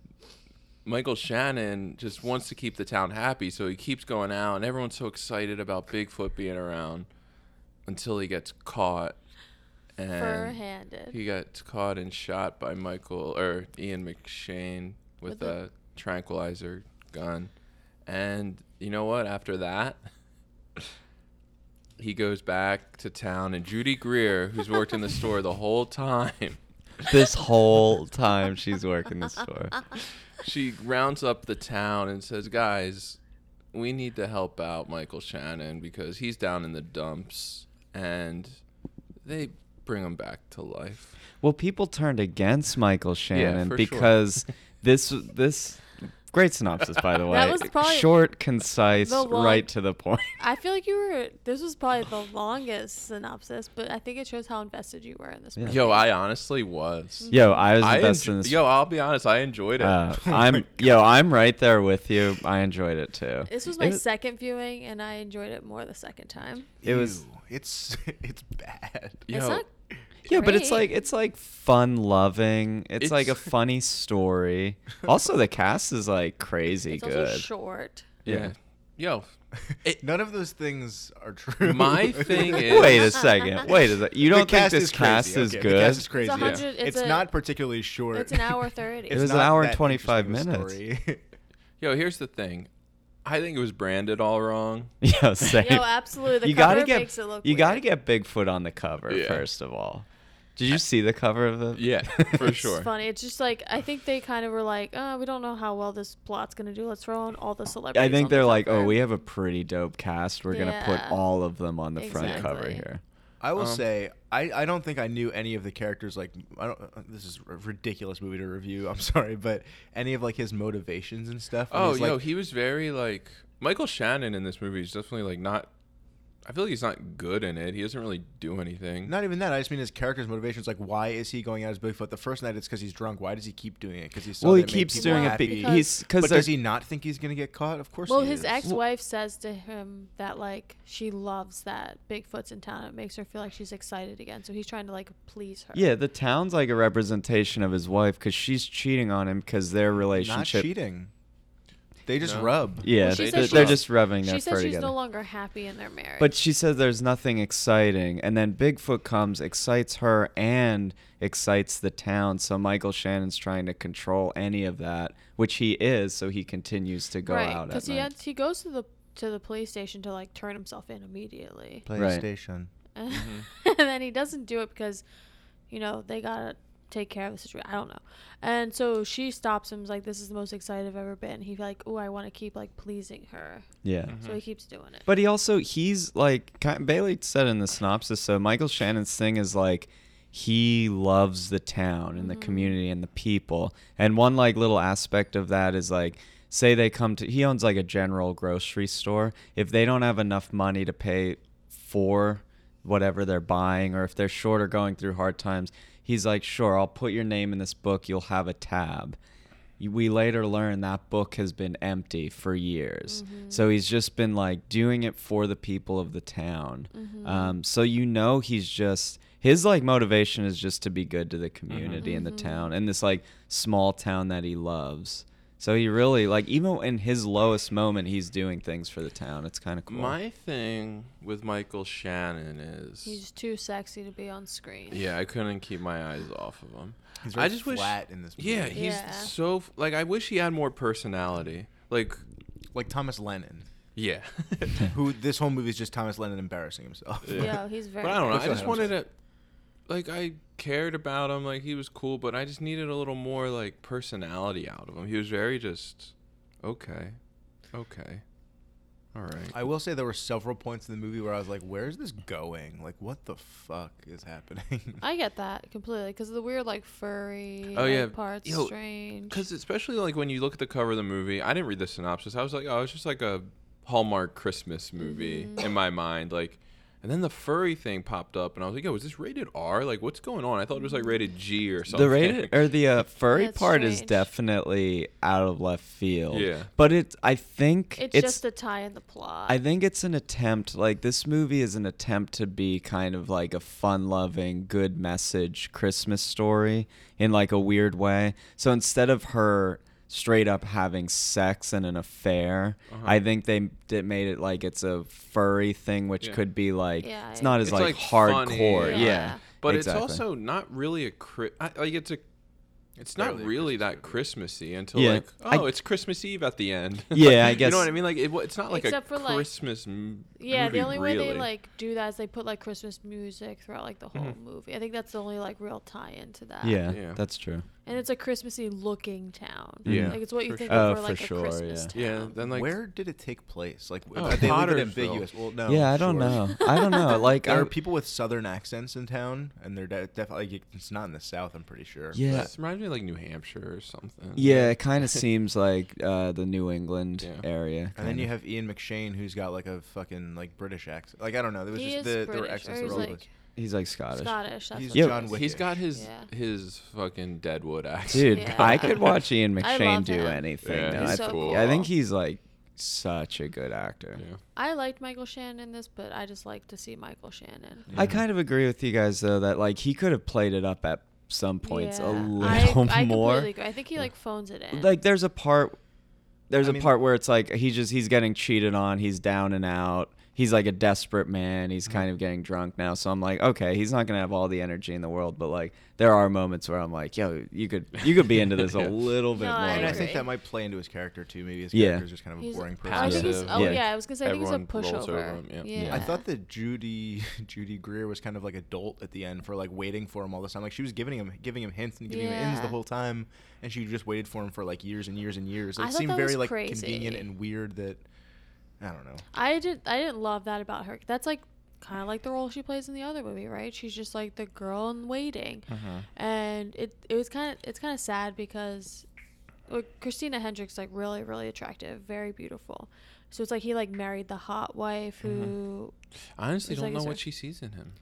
Michael Shannon just wants to keep the town happy, so he keeps going out, and everyone's so excited about Bigfoot being around until he gets caught.
Fur
And
handed.
he got caught and shot by Michael or Ian McShane with,
With
a,
a-
tranquilizer gun. And you know what? After that, he goes back to town, and Judy Greer, who's worked in the store the whole time,
this whole time she's working the store.
she rounds up the town and says, "Guys, we need to help out Michael Shannon because he's down in the dumps." And they bring him back to life.
Well, people turned against Michael Shannon
for sure.
because this this great synopsis, by the way.
That was probably
Short, concise,
the one-
right to the point.
I feel like you were. This was probably the longest synopsis, but I think it shows how invested you were in this.
Yeah.
movie.
Yo, I
uh,
honestly was.
Yo, I was the
I
best
enjo-
in this.
Yo, I'll be honest, I enjoyed it. Oh
uh, I'm yo, I'm right there with you. I enjoyed it too.
This was
It
my second viewing, and I enjoyed it more the second time.
It was-
Ew, it's it's bad.
it's
Yo,
not.
Yeah, but it's
great.
like it's like fun loving. It's, like a
It's-
funny story. Also, the cast is like crazy
It's
good.
also short.
yeah. Yo, It-
None of those things are true.
My thing is-
Wait a second. Wait a second. You
The
don't think
cast
this
is crazy.
cast is
Okay,
good?
The cast is crazy.
It's a hundred.
It's,
It's, a,
not particularly short.
It's an hour thirty.
It was an
not
hour and
that
25
interesting of a
minutes.
story.
yo, here's the thing. I think it was branded all wrong.
yeah, same.
Yo, absolutely. The
you
cover
gotta get
makes it look.
you gotta
weird.
get Bigfoot on the cover
Yeah.
first of all. Did you see the cover of the?
Yeah, for sure.
It's funny. It's just like I think they kind of were like, oh, we don't know how well this plot's gonna do. Let's throw in all the celebrities.
I think
on the
they're like,
cover."
oh, we have a pretty dope cast. We're gonna
Yeah.
put all of them on the front cover
Exactly.
here.
I will
Um,
say, I, I don't think I knew any of the characters. Like, I don't. uh, This is a ridiculous movie to review. I'm sorry, but any of like his motivations and stuff. when
Oh,
he's,
yo,
like,
he was very like Michael Shannon in this movie is definitely like not. I feel like he's not good in it. He doesn't really do anything.
Not even that. I just mean his character's motivations. Like, why is he going out as Bigfoot? The first night, it's because he's drunk. Why does he keep doing it? Because he's
well, he keeps doing it.
happy.
Be-
Because-
he's because
But does he not think he's gonna get caught? Of course.
Well,
he
his
is.
ex-wife says to him that like she loves that Bigfoot's in town. It makes her feel like she's excited again. So he's trying to like please her.
Yeah, the town's like a representation of his wife because she's cheating on him because their
not
relationship.
cheating. They just
No.
rub.
Yeah,
Well, she
they,
said
they're
she-
just rubbing their
She
fur
says she's
together.
no longer happy in their marriage.
but she says there's nothing exciting, and then Bigfoot comes, excites her, and excites the town. So Michael Shannon's trying to control any of that, which he is. So he continues to go out at
because he
night.
had- he goes to the to the police station to like turn himself in immediately,
Right.
PlayStation.
Mm-hmm.
and then he doesn't do it because, you know, they gotta take care of the situation. I don't know, and so she stops him. Is like, this is the most excited I've ever been. He's like, oh, I want to keep like pleasing her,
yeah.
so he keeps doing it.
Mm-hmm. But he also he's like ki Bailey said in the synopsis. So Michael Shannon's thing is like he loves the town and the community and the people. And one like little aspect of that is like say they come to he owns like a general grocery store. If they don't have enough money to pay for whatever they're buying or if they're short or going through hard times, he's like, "Sure, I'll put your name in this book. You'll have a tab." we later learn that book has been empty for years.
Mm-hmm.
So he's just been like doing it for the people of the town.
Mm-hmm.
Um, so you know he's just his like motivation is just to be good to the community and the
Mm-hmm.
town and this like small town that he loves. So he really like even in his lowest moment he's doing things for the town. It's kind of cool.
My thing with Michael Shannon is
He's too sexy to be on screen.
yeah, I couldn't keep my eyes off of him.
He's
I
very
just wish
flat in this. Movie.
Yeah, he's
Yeah.
so f- like I wish he had more personality. Like
like Thomas Lennon,
yeah.
who this whole movie is just Thomas Lennon embarrassing himself.
Yeah.
Yeah, he's very.
But I don't know.
That's
I
what
just
I
wanted to, like, I cared about him. Like, he was cool, but I just needed a little more, like, personality out of him. He was very just, okay, okay, all right.
I will say there were several points in the movie where I was like, "Where is this going? Like, what the fuck is happening?"
I get that completely because the weird like furry.
Oh,
like,
yeah.
Parts
Yo,
strange.
Because especially, like, when you look at the cover of the movie, I didn't read the synopsis. I was like, oh, it's just like a Hallmark Christmas movie in my mind. Like, and then the furry thing popped up, and I was like, yo, is this rated R? Like, what's going on? I thought it was, like, rated G or something.
The rated or the uh, furry
That's
part is
strange.
definitely out of left field.
Yeah.
but it's I think
it's,
it's,
just a tie in the plot.
I think it's an attempt. Like this movie is an attempt to be kind of like a fun-loving, good message Christmas story in like a weird way. So instead of her straight up having sex and an affair, I think they did made it like it's a furry thing, which
Yeah.
could be like
Yeah,
it's
I-
not as
It's,
like,
like, funny.
hardcore.
Yeah.
Yeah.
Yeah.
But
exactly.
it's also not really a cri- I, like it's a. It's not
barely a
really
Christmas
that Christmassy until
Yeah.
like
I-
oh it's Christmas Eve at the end.
Yeah, I
you
guess-
know what I mean. Like it, wa- it's not like
Except
a
for, like-
Christmas. m-
yeah,
movie,
the only way they
really.
like do that is they put like Christmas music throughout like the whole movie. I think that's the only like real tie in to that.
Mm-hmm. yeah,
Yeah.
that's true.
And it's a Christmassy looking town.
Yeah,
Like it's what you
for
think
sure.
of
Oh,
for
for
like
sure,
a Christmas
yeah.
yeah.
town.
Then like
where did it take place? Like,
Oh,
they leave it
Pottersville.
ambiguous. Well, no.
yeah, I don't
Oh, sure.
know. I don't know. Like
There
I,
are people with southern accents in town, and they're de- definitely like, it's not in the south. I'm pretty sure.
yeah,
This reminds me of like New Hampshire or something.
Yeah, it kind of seems like uh, the New England
Yeah.
area.
And then
kinda.
you have Ian McShane, who's got like a fucking like British accent. Like I don't know. There was
he
just
is
the, there were
British, or
accents
he's
all over the
like
place.
he's like Scottish.
Scottish. That's
He's
what
Yeah.
it
John
is.
Wick.
he's got his
Yeah.
his fucking Deadwood accent.
Dude,
Yeah.
I could watch Ian
I
McShane
love
do
him.
anything.
Yeah,
though.
he's
I,
so
th-
cool.
I think he's like such a good actor.
Yeah.
I liked Michael Shannon in this, but I just like to see Michael Shannon.
I kind of agree with you guys though that like he could have played it up at some points
Yeah.
a little
I, I,
more.
completely agree. I think he like phones it in.
like there's a part there's
I
a
mean-
part where it's like he just he's getting cheated on he's down and out he's like a desperate man he's kind of getting drunk now so i'm like okay he's not gonna have all the energy in the world but like there are moments where i'm like yo you could you could be into this a
Yeah.
little bit
No, I
And I
more
agree.
think that might play into his character too. Maybe his
Yeah.
character's just kind of a
He's-
boring person.
I think he's, oh
Yeah.
yeah. I was gonna say I think he's a
Everyone rolls over
pushover.
him, yeah.
yeah.
I thought that Judy Judy Greer was kind of like a dolt at the end for like waiting for him all this time. Like she was giving him giving him hints and giving him ins the
Yeah.
whole time, and she just waited for him for like years and years and years.
I
it
thought
seemed
that
very
was
like
crazy.
convenient and weird that I don't know.
I did. I didn't love that about her. That's like kind of like the role she plays in the other movie, right? She's just like the girl in waiting, and it it was kind of it's kind of sad because like, Christina Hendricks like really really attractive, very beautiful. So it's like he like married the hot wife who
I honestly
It's
don't
like
know
he's a-
what she sees in him.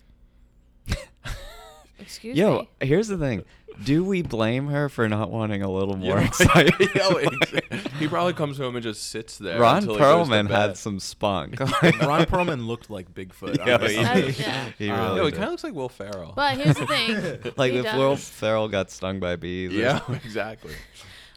excuse
yo
me.
here's the thing do we blame her for not wanting a little more
Yeah.
excitement?
Yo, it's- he probably comes home and just sits there.
ron
until he goes to
perlman
bed.
had some spunk
Ron Perlman looked like Bigfoot.
Yeah,
honestly.
he
did. Yeah.
He
Um,
really
Yo, he
did.
kind of looks like Will Ferrell.
But here's the thing.
like
he
if
does.
Will Ferrell got stung by bees. or
yeah,
something.
exactly.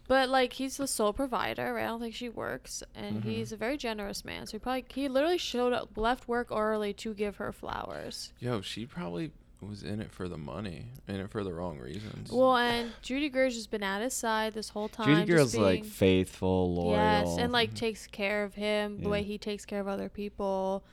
But like he's the sole provider, right? I don't think she works, and
Mm-hmm.
he's a very generous man. So he probably he literally showed up, left work early to give her flowers.
Yo, she probably was in it for the money, in it for the wrong reasons.
Well, and Judy Greer's just been at his side this whole time.
Judy
just
Girl's like
being-
faithful, loyal. Mm-hmm.
yes, and like takes care of him the
Yeah. Mm-hmm.
way he takes care of other people.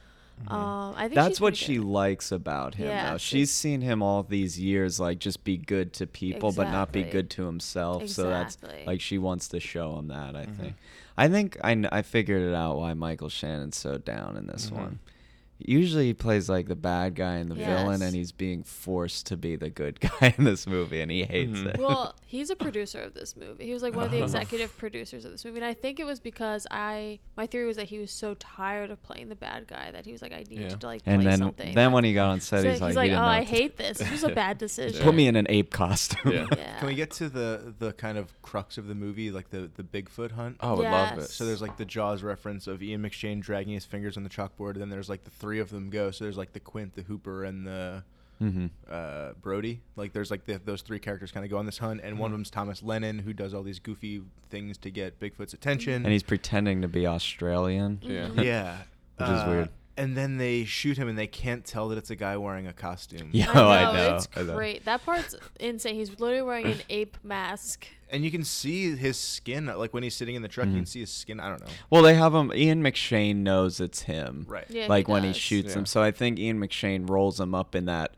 Um, I think
That's
she's
what
pretty
she
good.
likes about him.
Yeah,
now.
she-
She's seen him all these years, like just be good to people, but not be
Exactly.
good to himself. So that's
Exactly.
like she wants to show him that. I think. I think I kn- I figured it out why Michael Shannon's so down in this one. Usually he plays like the bad guy and the villain,
Yes.
and he's being forced to be the good guy in this movie, and he hates
Mhm.
it.
well, he's a producer of this movie. He was like one of the
Oh.
executive producers of this movie, and I think it was because I my theory was that he was so tired of playing the bad guy that he was like, I need
Yeah.
to like
and
play
then
something.
then
that-
when he got on set,
so
he's like, he
oh,
didn't know
I
what to
hate this. This was a bad decision.
do. Put me in an ape costume.
Yeah.
Yeah.
Can we get to the the kind of crux of the movie, like the the Bigfoot hunt?
Oh, I would love it.
Yes.
So there's like the Jaws reference of Ian McShane dragging his fingers on the chalkboard, and then there's like the three of them go. So there's like the Quint, the Hooper, and the
hmm
uh, Brody. Like there's like the, those three characters kind of go on this hunt, and
Mm-hmm.
one of them's Thomas Lennon, who does all these goofy things to get Bigfoot's attention.
And he's pretending to be Australian.
Yeah.
yeah, uh,
Which is weird.
And then they shoot him, and they can't tell that it's a guy wearing a costume.
Yeah.
I
Oh,
know,
I know,
It's
I know.
great. That part's insane. He's literally wearing an ape mask.
And you can see his skin, like when he's sitting in the truck,
Mhm.
you can see his skin. I don't know.
Well, they have him. Ian McShane knows it's him.
Right.
Yeah,
like when he
does.
shoots
Yeah.
him. So I think Ian McShane rolls him up in that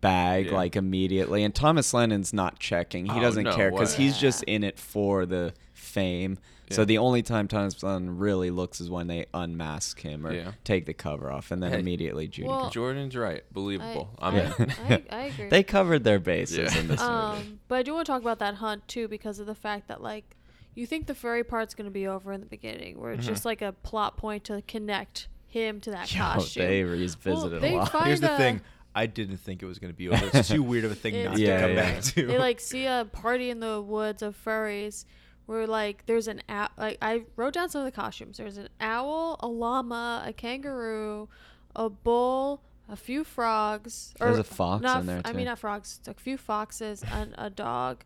bag
Yeah.
like immediately, and Thomas Lennon's not checking. He
Oh,
doesn't
no
care because
way.
he's just
Yeah.
in it for the fame. So
Yeah.
the only time Thomas Lennon really looks is when they unmask him or
Yeah.
take the cover off, and then
Hey.
immediately Judy.
Well,
comes-
Jordan's right. Believable. I, am
I-
in.
I- I agree.
they covered their bases
Yeah.
in this movie.
Um, but I do want to talk about that hunt too because of the fact that like you think the furry part's gonna be over in the beginning, where it's
Mhm.
just like a plot point to connect him to that
Uh-huh. Yo,
costume.
they revisited
they
a lot.
find-
Here's the
Kinda-
thing. I didn't think it was going to be over. It's too weird of a thing
It's
not
Yeah,
to come
yeah.
back to.
they like see a party in the woods of furries where like there's an owl like i wrote down some of the costumes there's an owl a llama a kangaroo a bull a few frogs
There's a fox in
not f-
there,
i
too.
mean not frogs a few foxes and a dog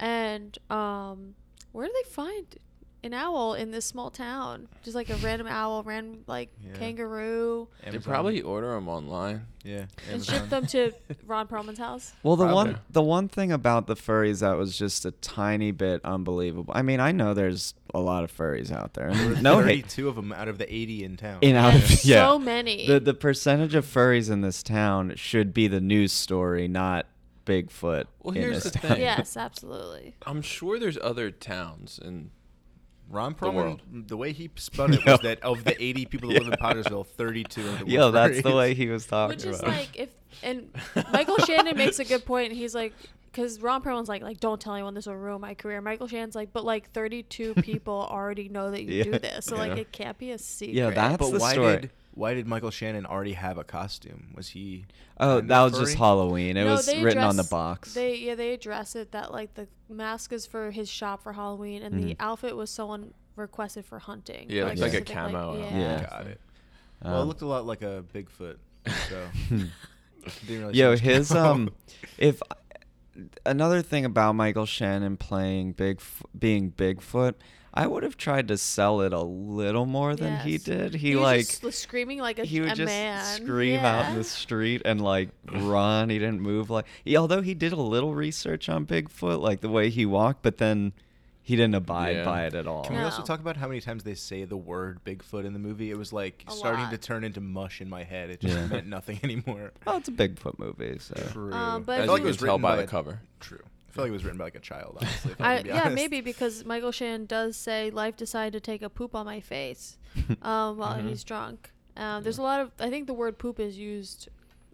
and um where do they find an owl in this small town just like a random owl random like
Yeah.
kangaroo
They
Amazon.
probably order them online.
yeah.
and ship them to ron perlman's house
Well, the
Probably.
one the one thing about the furries that was just a tiny bit unbelievable. I mean, I know there's a lot of furries out there. No hate
thirty-two of them out of the eighty in town.
in out
There's
of yeah.
so many
The the percentage of furries in this town should be the news story, not Bigfoot.
Well,
in
here's
this
the
town.
thing.
yes absolutely
I'm sure there's other towns and
Ron
The world.
Perlman, the, way he spun it
Yo.
was that of the eighty people that live in Pottersville, thirty-two of them. were
Yo, that's the
furries.
way he was talking
Which is
about. it.
like if and Michael Shannon makes a good point. He's like, because Ron Perlman's like, like don't tell anyone this will ruin my career. Michael Shannon's like, but like 32 people already know that you do
Yeah.
this, so
Yeah.
like it can't be a secret.
Yeah, that's
But
the
why
story.
did why did Michael Shannon already have a costume? Was he?
oh,
kind of
that was
furry?
just Halloween. It
No,
was
they
written on the
address-
box.
They yeah they address it that like the mask is for his shop for Halloween and the
Mhm.
outfit was someone requested for hunting.
Yeah,
like, like a
specific,
camo outfit.
yeah.
Yeah.
Got it.
Um,
well, it looked a lot like a Bigfoot. So
Hmm.
didn't really see
Yo,
much
his
going on.
um, if another thing about Michael Shannon playing big, being Bigfoot, I would have tried to sell it a little more than he
Yes.
did. He,
He was
like
just screaming like a,
he would
a
just
man.
scream out in the
Yeah.
street and like run. He didn't move like. He, although he did a little research on Bigfoot, like the way he walked, but then he didn't abide
Yeah.
by it at all.
Can we also
No.
talk about how many times they say the word Bigfoot in the movie? It was like
A
starting
lot.
to turn into mush in my head. It just
Yeah.
meant nothing anymore.
Well, it's a Bigfoot movie, so.
True.
Um, but
I
if
As
feel like
you
it was
can tell
written
by
by
the
a-
cover.
True. I feel like it was written by like a child. Honestly, if I'm
I,
gonna be
yeah,
honest.
maybe because Michael Shannon does say life decided to take a poop on my face um, while
Mm-hmm.
Mhm.
he's drunk. Um, there's a lot of I think the word poop is used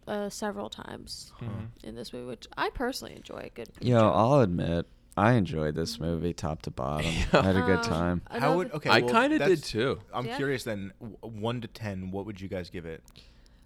uh, several times
Uh-huh.
Mhm.
in this movie, which I personally enjoy a good. Poop
Yo,
joke.
I'll admit, I enjoyed this movie top to bottom. I had a good
Um,
time.
How
another-
would okay?
I
well,
kind of
that's-
did too.
I'm
Yeah.
curious then. w- One to ten, what would you guys give it?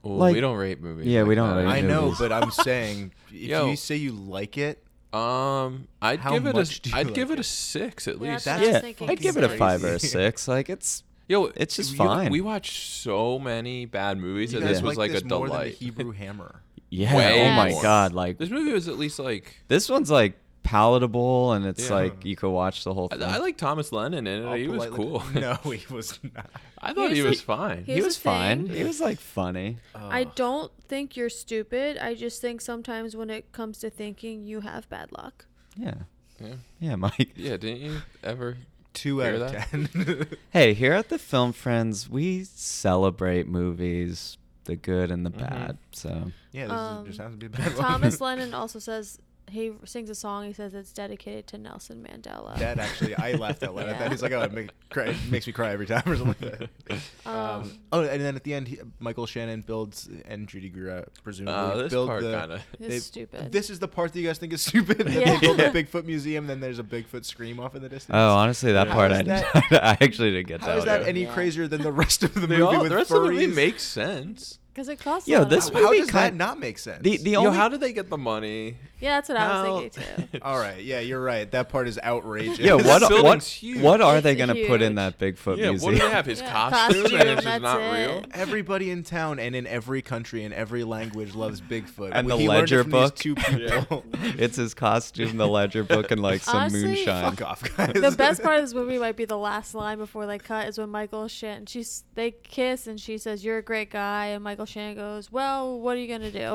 Well,
Like-
we don't rate movies.
Yeah,
like
we don't
that.
rate
I know,
movies.
but I'm saying if
Yo.
you say you like it,
Um, I'd
How
give it
much do
a.
you
I'd
like
give it
it?
a six at
Yeah,
least.
that's- I was
yeah,
thinking
I'd give it a
six.
five or a six. Like it's
Yo,
It's just
you-
fine.
We watch so many bad movies
you
that
guys
this was like,
this
a
more than the
delight.
Hebrew Hammer.
yeah.
Way
oh my
more.
god! Like
this movie was at least like
this one's like palatable, and it's
Yeah.
like you could watch the whole
I,
thing.
I like Thomas Lennon in
I'll
it. He was
politely-
cool.
No, he was not.
I thought he
Here's the-
was fine.
Here's
he was
the
fine.
thing.
He was like funny.
uh,
I don't think you're stupid. I just think sometimes when it comes to thinking, you have bad luck.
Yeah,
Yeah.
yeah, Mike.
Yeah, didn't you ever?
Two out
Hear
of
that?
ten.
Hey, here at the Film Friends, we celebrate movies,
Mm-hmm.
the good and the bad. So
yeah, this is,
Um,
just sounds to be a bad one.
Thomas Lennon also says he sings a song. He says it's dedicated to Nelson Mandela.
That actually, I laughed out loud at that. He's like, oh, it make, cry, it makes me cry every time or something like that.
um,
Um, oh, and then at the end, he, Michael Shannon builds and Judy Greer, presumably,
Uh, this
build
part
the.
kinda-
it's
they-
stupid.
This is the part that you guys think is stupid. that
Yeah.
They build the Bigfoot museum, then there's a Bigfoot scream off in the distance.
Oh, honestly, that
How
part
is
I,
that-
I actually didn't get
How
that.
is that
one.
any
Yeah.
crazier than the rest of the
They
movie
all-
with
the rest
furries?
of the movie makes sense.
because it costs.
Yo,
a lot
this
of
How,
money.
how
movie
does
kind-
that not make sense?
The the
Yo,
only
how did they get the money?
Yeah, that's what I
How-
was thinking too.
all right, yeah, you're right. That part is outrageous.
yeah,
This
what
building's
what
huge.
what are
It's
they gonna put in
huge.
that Bigfoot
yeah,
museum?
what do they have? His
Yeah,
costume,
costume,
and it's
that's
just not
it.
real.
Everybody in town and in every country and every language loves Bigfoot.
And
We-
the
he learned it
ledger
from
book.
These two people.
it's his costume, the ledger book, and like some
Honestly,
moonshine.
Fuck off, guys.
the best part of this movie might be the last line before they cut is when Michael Shannon she's they kiss and she says you're a great guy and Michael Shannon goes well what are you gonna do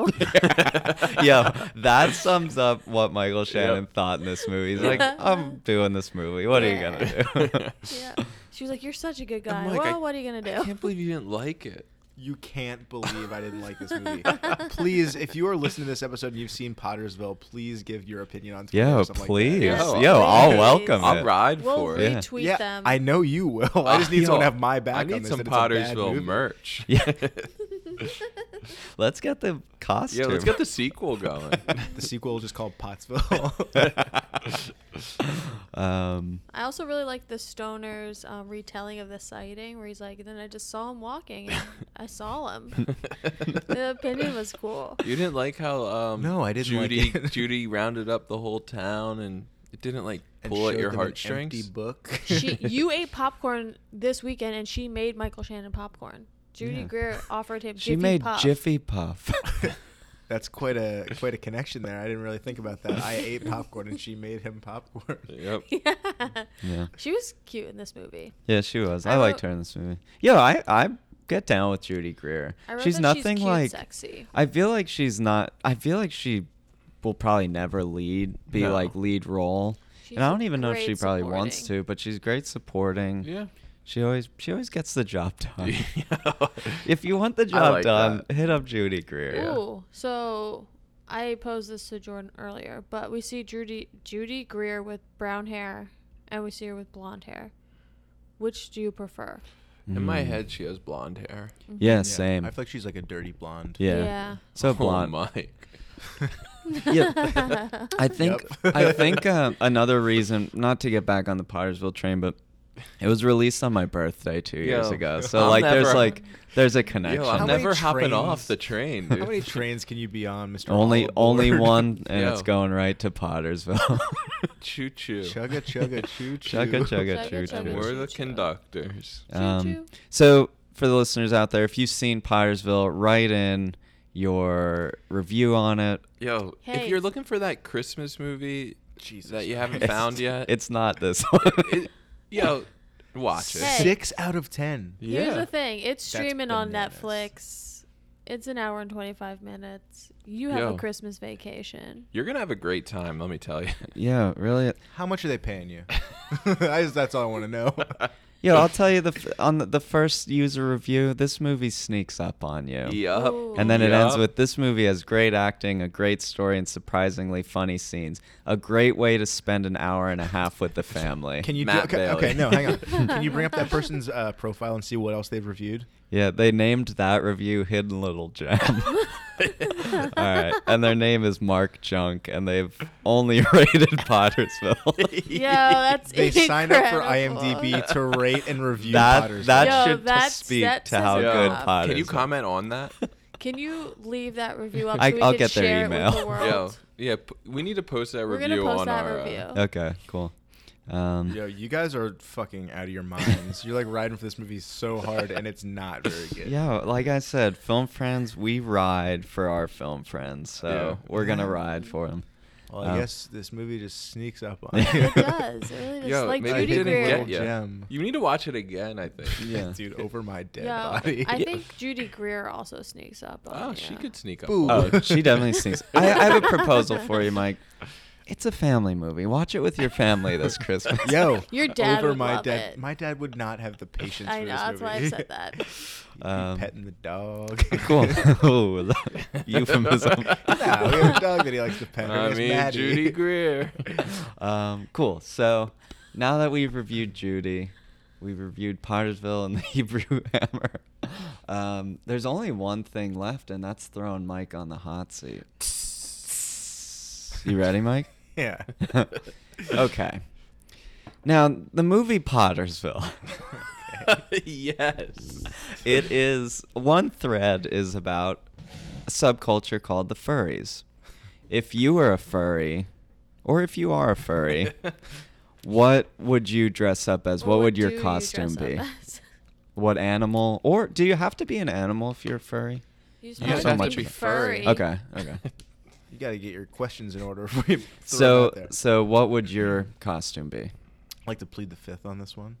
Yo, that sums up what Michael Shannon
Yep.
thought in this movie. He's like,
Yeah.
I'm doing this movie. What
Yeah.
are you gonna do?
yeah she was like you're such a good guy
I'm like,
well
I-
what are you gonna
I
do
can't believe you didn't like it.
You can't believe I didn't like this movie. please, if you are listening to this episode and you've seen Pottersville, please give your opinion on Twitter.
Yo,
or something
please.
Yeah,
Yo,
please.
I'll welcome
I'll
it.
ride
we'll
for it.
Yeah.
retweet
Like that. Yeah,
them
I know you will. Oh, I just need
Yo,
someone to have my back.
Oh, I
on
need
this,
some
that it's a bad
Pottersville
movie.
merch.
Yeah. Let's get the costume.
yeah, let's get the sequel going.
The sequel is just called Pottsville.
um,
I also really like the stoner's um, retelling of the sighting where he's like then I just saw him walking and I saw him the opinion was cool
you didn't like how um,
No, I didn't like
Judy
it.
Judy rounded up the whole town and it didn't like
And
pull at
showed
your
them an empty
heartstrings.
book.
she you ate popcorn this weekend and she made Michael Shannon popcorn Judy
Yeah.
Greer offered him
she
Jiffy
made
Puff.
Jiffy Puff.
That's quite a quite a connection there. I didn't really think about that. I ate popcorn and she made him popcorn.
Yep.
yeah.
yeah,
She was cute in this movie.
yeah, she was. I,
I
liked
wrote-
her in this movie. Yo, I I get down with Judy Greer.
I wrote
She's
that
nothing
she's cute,
like.
sexy.
I feel like she's not. I feel like she will probably never lead, be
No.
like lead role.
She's
and I don't even know if
great
she probably wants
supporting.
to, but she's great supporting.
Yeah.
She always she always gets the job done. if you want the
I
job
like
done,
that.
hit up Judy Greer.
Yeah.
Ooh, so I posed this to Jordan earlier, but we see Judy Judy Greer with brown hair, and we see her with blonde hair. Which do you prefer?
In my
Mm.
Hmm.
head, she has blonde hair.
Yeah,
Yeah,
same.
I feel like she's like a dirty blonde.
yeah. So blonde.
Oh, Mike.
Yeah. I think
Yep.
I think um, another reason not to get back on the Pottersville train, but it was released on my birthday two years
Yo,
ago. So
I'm
like, there's
never-
like there's a
Yo,
connection.
I'm
How many
never hopping
trains-
off the train, dude.
How many trains can you be on, Mr.
only
All
only
Aboard?
one, and it's
Yo.
going right to Pottersville.
Choo choo.
Chugga chugga choo choo.
Chugga, chugga,
Chugga,
choo,
chugga,
choo.
choo.
We're the conductors.
Um,
Choo-choo.
so for the listeners out there, if you've seen Pottersville, write in your review on it.
Yo, if
Hey.
you're looking for that Christmas movie
Jesus
that you haven't
Christ.
found yet,
It's not this one.
it, yo, watch it.
Hey.
Six out of ten.
Yeah.
Here's the thing: it's
That's
streaming on
bananas.
Netflix. It's an hour and twenty five minutes. You have
Yo.
a Christmas vacation.
You're gonna have a great time, let me tell you.
yeah, really.
How much are they paying you? I just, that's all I want to know.
Yeah, I'll tell you the f- on the, the first user review, this movie sneaks up on you.
Yup.
Ooh.
And then it ends
Yup.
with this movie has great acting, a great story, and surprisingly funny scenes. A great way to spend an hour and a half with the family.
Can you
Matt
do, okay,
Bailey.
okay, no, hang on. Can you bring up that person's uh, profile and see what else they've reviewed?
yeah, they named that review Hidden Little Gem. All right. And their name is Mark Junk, and they've only rated Pottersville.
Yo, that's
They signed up for
incredible.
IMDb to rate and review
that
Potter's
that
Yo,
should
that's-
speak
that
to
says
how
it
good
all.
Pottersville
Can you comment on that?
Can you leave that review up? So
I-
we
I'll
can
get their
share It with
email.
the world?
Yo, yeah, p- we need to post that
We're
review
gonna post
on
that
our. uh,
review.
Okay, cool. Um,
Yo, you guys are fucking out of your minds. You're like riding for this movie so hard, and it's not very good.
Yeah, like I said, film friends, we ride for our film friends. So
Yeah.
we're going to ride for them.
Well, I
Um,
guess this movie just sneaks up on you.
It does. It really does.
Yo,
like
maybe
Judy
it didn't
Greer.
get you.
Gem.
You need to watch it again, I think.
Yeah.
Dude, over my dead
Yeah,
body.
I think Judy Greer also sneaks up. On
Oh,
you.
she could sneak up. on
Boo.
Oh,
it.
she definitely sings. I, I have a proposal for you, Mike. It's a family movie. Watch it with your family this Christmas.
Yo,
Your dad
over
would
my
love
dad.
it.
My dad would not have the patience.
I
for
know.
this
That's why I
movie.
said that.
He'd be
Um,
petting the dog.
cool. oh, euphemism.
Nah, we have a dog that he likes to pet. Her
I
name's
mean,
Maddie.
Judy Greer.
Um, cool. So now that we've reviewed Judy, we've reviewed Pottersville and the Hebrew Hammer. Um, there's only one thing left, and that's throwing Mike on the hot seat. You ready, Mike?
yeah.
okay. Now, the movie Pottersville.
yes.
It is one thread is about a subculture called the furries. If you were a furry, or if you are a furry, what would you dress up as? What, would your
do you dress
costume
up
be?
as?
What animal? Or do you have to be an animal if you're a furry?
You just
You
have
so
to
much
be
of it.
furry.
Okay, okay.
You got to get your questions in order before you throw it
so,
out there.
so what would your costume be?
I'd like to plead the fifth on this one.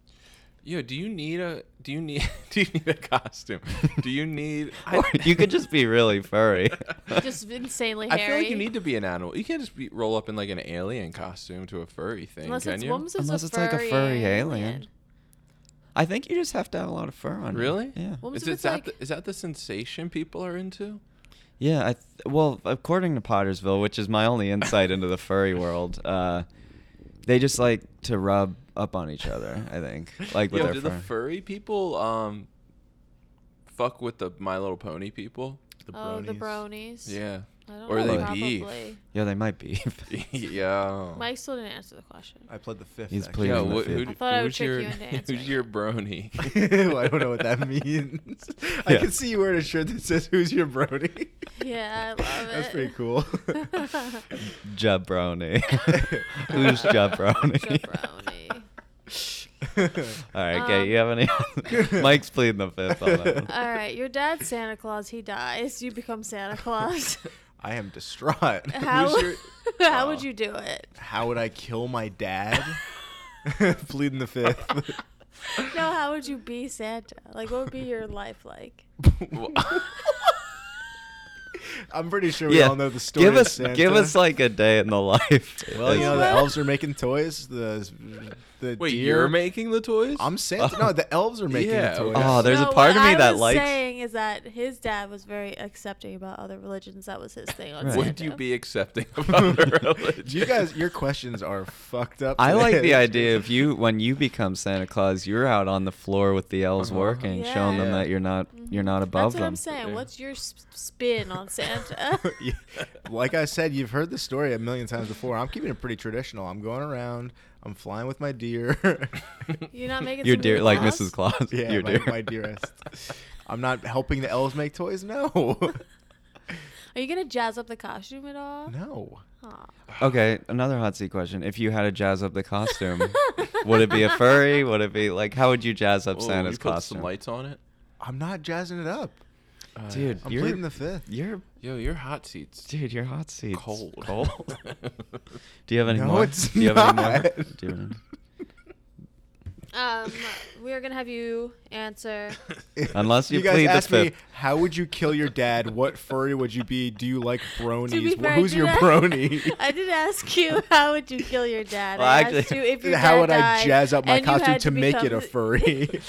Yo, do you need a do you need do you need a costume? Do you need
Or you could just be really furry.
Just insanely
I
hairy.
feel like you need to be an animal. You can't just be, roll up in like an alien costume to a furry thing,
Unless
can
it's
you?
what was this,
Unless
a
it's like a
furry
furry alien. I think you just have to have a lot of fur on. you.
Really?
Yeah.
What was
Is,
it
it-
with,
is that
like-
the, is that the sensation people are into?
Yeah, I th- well, according to Pottersville, which is my only insight into the furry world, uh, they just like to rub up on each other. I think, like with
Yo,
their
do
fur.
the furry people um fuck with the My Little Pony people?
The
oh, the
bronies.
bronies.
Yeah.
I don't
Or
know,
they
probably.
beef.
yeah, they might be.
yeah.
Mike still didn't answer the question.
I pled the fifth.
He's
actually.
pleading the
Yo, wh-
fifth.
who,
I thought I would
who's
trick
your
you into answering
who's your
it.
brony?
I don't know what that means. I
Yeah.
can see you wearing a shirt that says "Who's your Brody."
Yeah, I love it.
That's pretty cool.
Jabroni. Who's jabroni?
Jabroni.
All right,
Um,
okay. You have any? Mike's pleading the fifth on that. one.
All right, your dad's Santa Claus. He dies. You become Santa Claus.
I am distraught.
How,
Who's your-
how would you do it?
how would I kill my dad? Pleading the fifth.
No, how would you be Santa? Like, what would be your life like?
I'm pretty sure we all know the story.
Give
of
us,
Santa.
give us like a day in the life.
Well, you know, the
What?
elves are making toys. The the
Wait,
deer.
you're making the toys?
I'm Santa. No, the elves are making
Yeah,
the toys.
okay.
Oh, there's
No,
a part of
what
me
I
that
was
likes.
saying is that his dad was very accepting about other religions. That was his thing. On
Right.
Santa.
Would you be accepting of other religion?
you guys, your questions are fucked up.
I like
today.
the idea of you when you become Santa Claus, you're out on the floor with the elves
Uh-huh.
working, showing them
Yeah.
that you're not you're not above
Mm-hmm. That's what
them.
I'm saying. What's your sp- spin on Santa?
Yeah. like I said, you've heard the story a million times before. I'm keeping it pretty traditional. I'm going around. I'm flying with my deer.
You're not making
You're
somebody
dear, like
Claus?
Mrs. Claus.
yeah,
you're
my,
dear.
my dearest. I'm not helping the elves make toys. No,
Are you gonna jazz up the costume at all?
no.
Aw.
Okay, another hot seat question. If you had to jazz up the costume, would it be a furry? Would it be like how would you jazz up
Oh,
Santa's
you put
costume?
some lights on it?
I'm not jazzing it up.
Uh,
Dude,
I'm
you're
pleading the fifth.
you're
Yo, your hot seats.
dude, your hot seat.
Cold.
Cold. Do you have any
No,
more?
it's
Do you have any more?
not.
Do you have any-
Um, we are gonna have you answer.
Unless you,
guys
plead the
asked
fifth.
me, how would you kill your dad? What furry would you be? Do you like bronies?
To be
Wh-
fair,
Who's
did
your
I-
brony?
I did ask you how would you kill your dad.
Well,
I
actually-
asked you if your
how
dad
would I
died
jazz up my
and you
costume
had
to, make it a
become-
furry?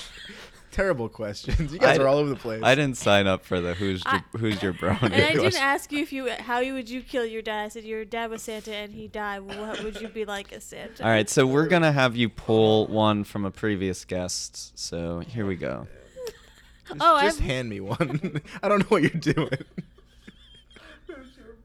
Terrible questions. You guys
I-
are all over the place.
I didn't sign up for the who's your,
I-
who's your brony.
And I didn't
question.
ask you if you how you would you kill your dad. I said your dad was Santa and he died. What would you be like as Santa?
All right, so we're gonna have you pull one from a previous guest. So here we go.
Just,
Oh,
just
I've-
hand me one. I don't know what you're doing.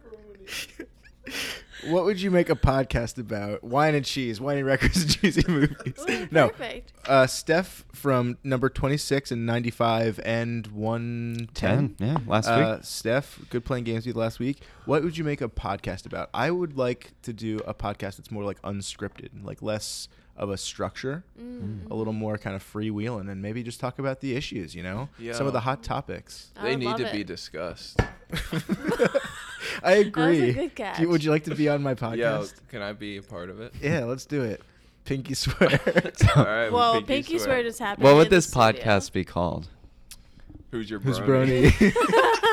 what would you make a podcast about? Wine and cheese, wine records, and cheesy movies.
Ooh,
no,
Perfect.
uh, Steph from number twenty-six and ninety-five and one
Ten,
ten.
yeah, last
Uh,
week.
Steph, good playing games with you last week. What would you make a podcast about? I would like to do a podcast that's more like unscripted, like less of a structure,
Mm-hmm.
a little more kind of freewheeling, and maybe just talk about the issues, you know? Some of
Yeah.
the hot topics.
I
They
would
need
love
to
it.
be discussed.
I agree.
good catch.
Do you- would you like to be on my
Yo,
podcast?
can I be a part of it?
Yeah, let's do it. Pinky swear.
All right.
Whoa,
well,
pinky, swear. just happened.
What
in
would
the
this
studio.
podcast be called?
Who's your brony?
Who's Brony?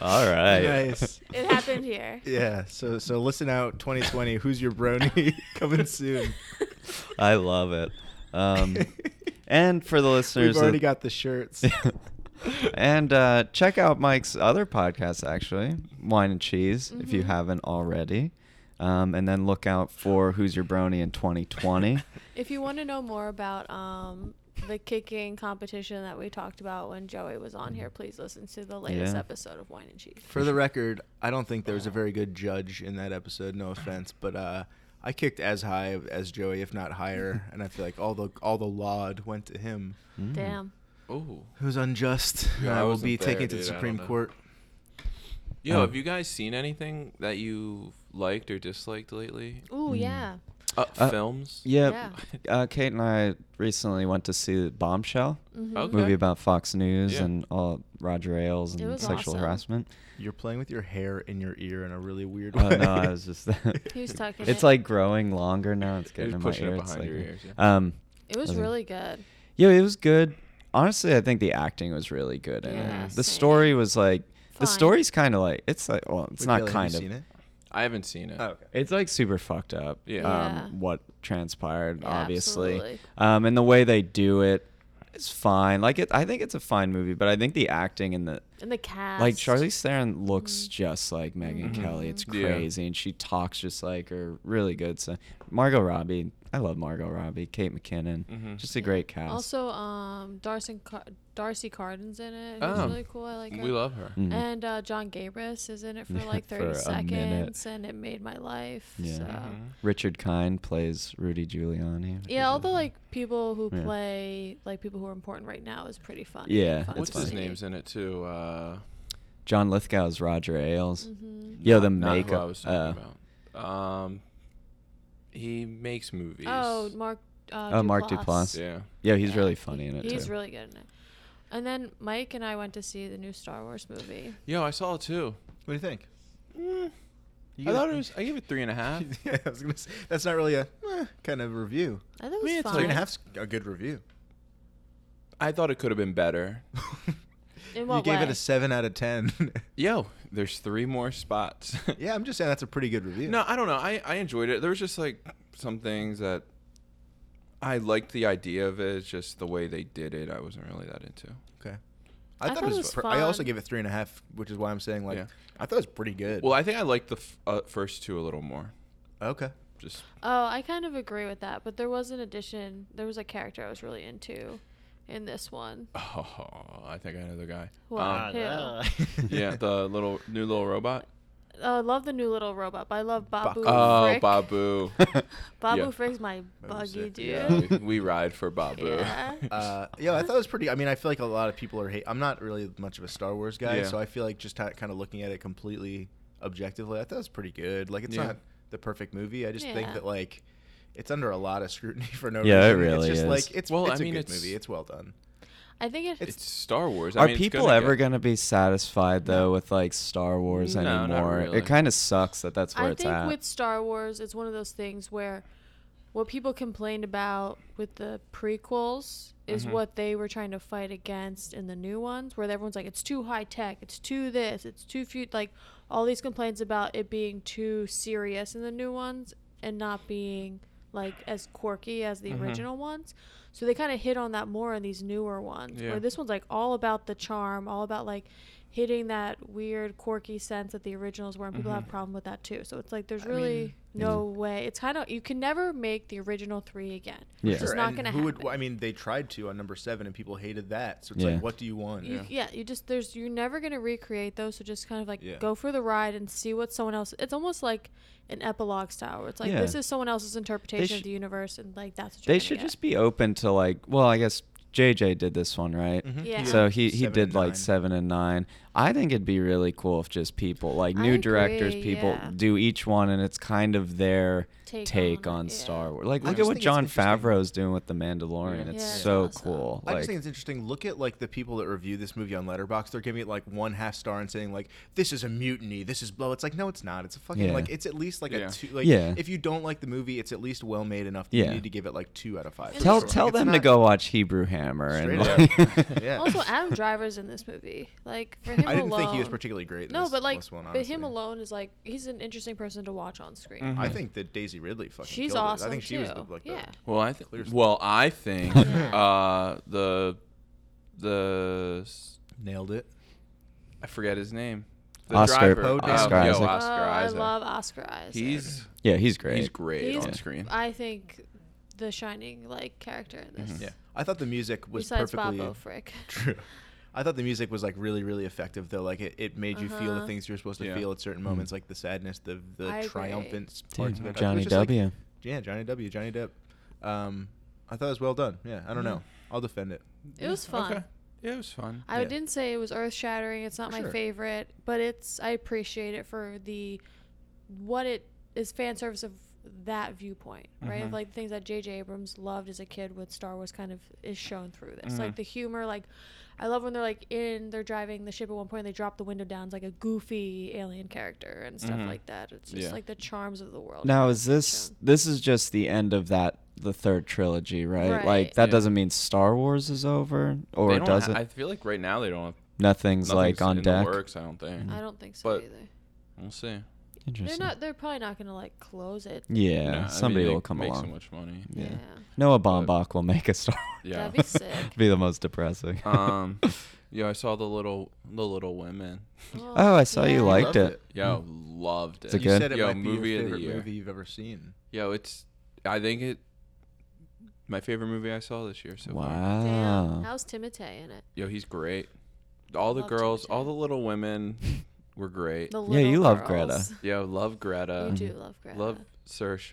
All right.
Nice.
It happened here.
Yeah. So so listen out, 2020. Who's your brony coming soon?
I love it. Um, and for the listeners,
We've already
that-
got the shirts.
and uh, check out Mike's other podcast, actually, Wine and Cheese, if you
Mhm.
haven't already. Um, and then look out for Who's Your Brony in 2020.
If you want to know more about um, the kicking competition that we talked about when Joey was on here, please listen to the latest
Mm. Yeah.
episode of Wine and Cheese.
For the record, I don't think there was a very good judge in that episode. No offense, but uh, I kicked as high as Joey, if not higher, and I feel like all the all the laud went to him.
Mm.
Damn.
Oh.
It was unjust.
Yeah,
and
I
I will
wasn't
be
there,
taken to the
dude. I don't
Supreme
know.
Court.
Yo,
Um,
have you guys seen anything that you liked or disliked lately?
Ooh,
Mm.
yeah.
Uh,
Uh,
films?
Yeah. Uh, Kate and I recently went to see Bombshell,
hmm
Okay.
movie about Fox News
Yeah.
and all Roger Ailes
It
and
was
sexual
awesome.
harassment.
You're playing with your hair in your ear in a really weird
Oh
way.
no, I was just.
He was tucking
it's
it.
like growing longer now. It's
You're
getting in my
pushing it
ear.
behind
it's
your
like,
ears, yeah.
Um,
It was
Doesn't-
really good.
Yeah, it was good. Honestly, I think the acting was really good in
Yeah,
it. The
same.
story was like the
Fine.
story's kind of like it's like well, it's
Wait,
not
Kelly, have you
kind of.
seen it?
I haven't seen it.
It's like super fucked up.
Yeah.
Yeah.
Um, what transpired,
Yeah,
obviously.
absolutely.
Um, and the way they do it is fine. Like it, I think it's a fine movie, but I think the acting and the
And the cast.
like Charlize Theron looks
Mm-hmm.
just like Megan
Mhm.
Kelly. It's
Yeah.
crazy, and she talks just like her. Really good. So Margot Robbie, I love Margot Robbie. Kate McKinnon,
Mhm.
just a great cast.
Also, um, Darcy, Car- Darcy Cardin's in it. It's
Oh.
really cool. I like her.
We love her.
Mhm.
And uh, John Gabris is in it for like
For
30
a minute.
seconds, and it made my life.
Yeah.
So.
Mhm.
Richard Kind plays Rudy Giuliani.
Yeah, all the like people who
Yeah.
play like people who are important right now is pretty fun.
Yeah,
fun
That's
What's
to
fine.
his
see.
name's in it too? Uh,
John Lithgow's Roger Ailes.
Mhm.
Yo, the
not who
makeup.
I was
uh,
talking about. Um, he makes movies.
Oh, Mark. Uh,
Oh, Mark Duplass.
yeah.
Yeah, he's
Yeah,
really funny in it
He's
too.
really good in it. And then Mike and I went to see the new Star Wars movie.
Yo, I saw it too.
What do you think?
Mm.
I
You gonna-
thought it was. I gave it three and a half.
yeah, I was gonna say that's not really a eh, kind of review.
I thought it
I
was
mean, it's
fun.
Three and a half's a good review.
I thought it could have been better.
In
you
what
gave
way?
it a seven out of ten.
Yo, there's three more spots.
yeah, I'm just saying that's a pretty good review.
No, I don't know. I, I enjoyed it. There was just like some things that I liked the idea of it. It's just the way they did it, I wasn't really that into.
Okay.
I thought it was
pr- I also
fun.
gave it three and a half, which is why I'm saying like
Yeah.
I thought it was pretty good.
Well, I think I liked the f- uh, first two a little more.
okay.
Just
Oh, I kind of agree with that, but there was an addition. There was a character I was really into in this one.
oh, I think I know the guy.
Who?
Ah,
Um,
who?
yeah, the little new little robot.
Uh, I love the new little robot. but I love Babu.
oh,
Frick.
Babu.
Babu
yeah.
Frick's my buggy
Frick,
dude.
yeah.
we, we ride for Babu.
Yeah.
Uh, yeah, I thought it was pretty. I mean, I feel like a lot of people are hate. I'm not really much of a Star Wars guy,
Yeah.
so I feel like just kind of looking at it completely objectively, I thought it was pretty good. Like, it's
Yeah.
not the perfect movie. I just think
Yeah.
that like it's under a lot of scrutiny for no
Yeah, it
reason.
really
it's just
is.
like it's
Well,
it's
I
a
mean,
good
it's-
movie. It's well done.
I think it,
It's Star Wars. I
Are
mean, it's
people
gonna
ever
get-
going to be satisfied though with like Star Wars
No, not
anymore?
really.
It kind of sucks that that's where
I
it's
think
at.
with Star Wars, it's one of those things where what people complained about with the prequels is
Mm-hmm.
Mhm.
what they were trying to fight against in the new ones, where everyone's like, it's too high tech, it's too this, it's too few, like all these complaints about it being too serious in the new ones and not being like as quirky as the
Mm-hmm.
Mhm.
original ones. So they kind of hit on that more in these newer ones,
Yeah.
where this one's like all about the charm, all about like hitting that weird quirky sense that the originals were and people
Mm-hmm.
have
Mhm.
a problem with that too so it's like there's
I
really
mean-
no way it's kind of you can never make the original three again
Yeah.
it's just not
and
gonna
who
happen
Would, I mean, they tried to on number seven, and people hated that. So it's
Yeah.
like, what do you want?
you, yeah. you just there's you're never gonna recreate those so just kind of like
Yeah.
go for the ride and see what someone else it's almost like an epilogue style where it's like
Yeah.
this is someone else's interpretation
sh-
of the universe and like that's what you're
they
gonna
should
get.
just be open to like. Well, I guess JJ did this one right.
Mhm.
Yeah.
So he, he
Seven
did
and
like
nine.
seven and nine. I think it'd be really cool if just people like
I
new directors,
agree,
people
yeah.
do each one, and it's kind of their
take,
take
it,
on
yeah.
Star Wars. Like,
I
look at
just
what
think it's
John
interesting.
Favreau's doing with The Mandalorian.
Yeah.
It's
Yeah, it's
so
awesome.
cool.
I
Like,
just think it's interesting. Look at like the people that review this movie on Letterbox. They're giving it like one half star and saying like this is a mutiny. This is blow. It's like no, it's not. It's a fucking
Yeah.
like it's at least like
Yeah.
a two. Like
Yeah.
if you don't like the movie, it's at least well made enough. That
Yeah.
you need to give it like two out of five.
And
tell
Sure.
stars.
tell
Like, it's
them to
not-
go watch Hebrew Hammer and
Straight
like-
up. yeah.
Also, Adam Driver's in this movie. Like for him
I didn't
alone,
think he was particularly great. in
No,
this,
but like,
this one,
but him
honestly.
alone is like he's an interesting person to watch on screen.
Mm-hmm.
I think that Daisy Ridley fucking.
She's
killed it.
awesome
I think she was the,
too.
like
yeah.
the
Well, I think.
Clear-
Well, I think uh, the the s-
nailed it.
I forget his name. The
Oscar-
driver.
Oscar
um, yo,
Isaac.
Oscar
oh, I
Isaac.
love Oscar Isaac.
he's
yeah, he's great.
he's great
He's-
on screen.
I think the shining like character in this.
Mm-hmm. Yeah.
I thought the music was
Besides
perfectly.
Bob Frick.
True. I thought the music was like really, really effective though. Like it, it made you feel the
Uh-huh.
things you're supposed to
Yeah. Hmm.
feel at certain moments, like the sadness, the the
I agree.
triumphant parts of
Dude,
it. I thought it
Johnny
was just, like-
W.
yeah, Johnny W. Johnny Depp. Um, I thought it was well done. Yeah, I
Hmm.
don't know. I'll defend it.
It was fun.
Okay. Yeah, it was fun.
I
Yeah.
didn't say it was earth shattering. It's not
For
my
sure.
favorite, but it's I appreciate it for the what it is fan service of that viewpoint, right? Of
Mhm.
like things that J.J. Abrams loved as a kid with Star Wars kind of is shown through this.
Mhm.
Like the humor, like I love when they're like in they're driving the ship at one point and they drop the window down. It's like a goofy alien character and stuff
Mhm.
like that. It's just
Yeah.
like the charms of the world.
Now
kind
is
of
this
shown.
this is just the end of that the third trilogy, right?
Right.
Like that
Yeah.
doesn't mean Star Wars is over,
They
or
don't
does
ha-
it?
I feel like right now they don't have
Nothing's,
nothing's
like on
in
deck.
The works, I don't think.
I don't think so
But-
either.
We'll see.
They're
Interesting.
not. They're probably not gonna like close it.
yeah,
Nah, I mean,
somebody
they
will come
make
along.
so much money.
yeah.
yeah.
Noah Baumbach will make a Star.
Yeah.
That'd be sick.
be the most depressing.
um, yo, I saw the little the Little Women.
oh, I saw
yeah.
you liked
Loved
it.
Yo, loved
It's
it.
a
you
Hmm. good-
said it
Yo,
might be
movie
your
of the
favorite
year.
movie you've ever seen.
Yo, it's. I think it. My favorite movie I saw this year so far.
Wow.
Damn. How's Timotei in it?
Yo, he's great. All the
Love
girls,
Timothée.
all the Little Women, were great.
The
Yeah, you
little
love
girls.
Yo, love Greta.
you do love Greta.
Love Saoirse.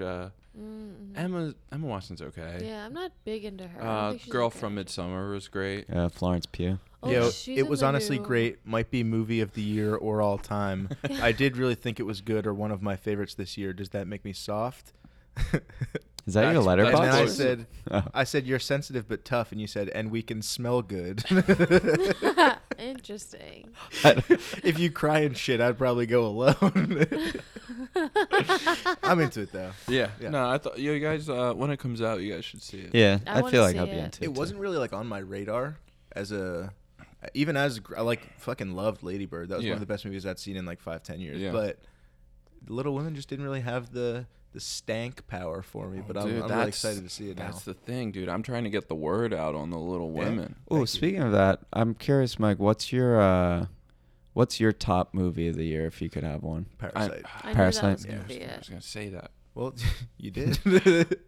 Mm, mhm.
Emma. Emma Watson's okay.
Yeah, I'm not big into her. I don't
Uh,
think she's
girl
okay.
from Midsummer was great.
Uh, Florence Pugh.
Oh,
Yeah,
she's
it
in
was
the
honestly
new-
great. Might be movie of the year or all time. I did really think it was good or one of my favorites this year. Does that make me soft?
Is that your
That's- that's
letterbox?
And then I
Boxes?
said,
Oh.
I said you're sensitive but tough, and you said, and we can smell good.
Interesting.
if you cry and shit, I'd probably go alone. I'm into it though.
Yeah.
Yeah.
No, I thought yo, you guys. Uh, when it comes out, you guys should see it.
yeah,
I
I,
wanna
feel like
see
I'll be
it.
into it.
It
too.
wasn't really like on my radar as a, even as gr- I like fucking loved Lady Bird. That was
Yeah.
one of the best movies I'd seen in like five, ten years.
Yeah.
But Little Women just didn't really have the the stank power for me. But I'm,
Dude,
I'm really
that's-
excited to see it now.
That's the thing, dude. I'm trying to get the word out on the Little Women.
Oh,
Thank you.
speaking of that, I'm curious, Mike. What's your uh, what's your top movie of the year if you could have one?
Parasite.
I knew
Parasite.
that was gonna
Yeah.
be
I was
it.
gonna say that.
well, you did.
I knew it.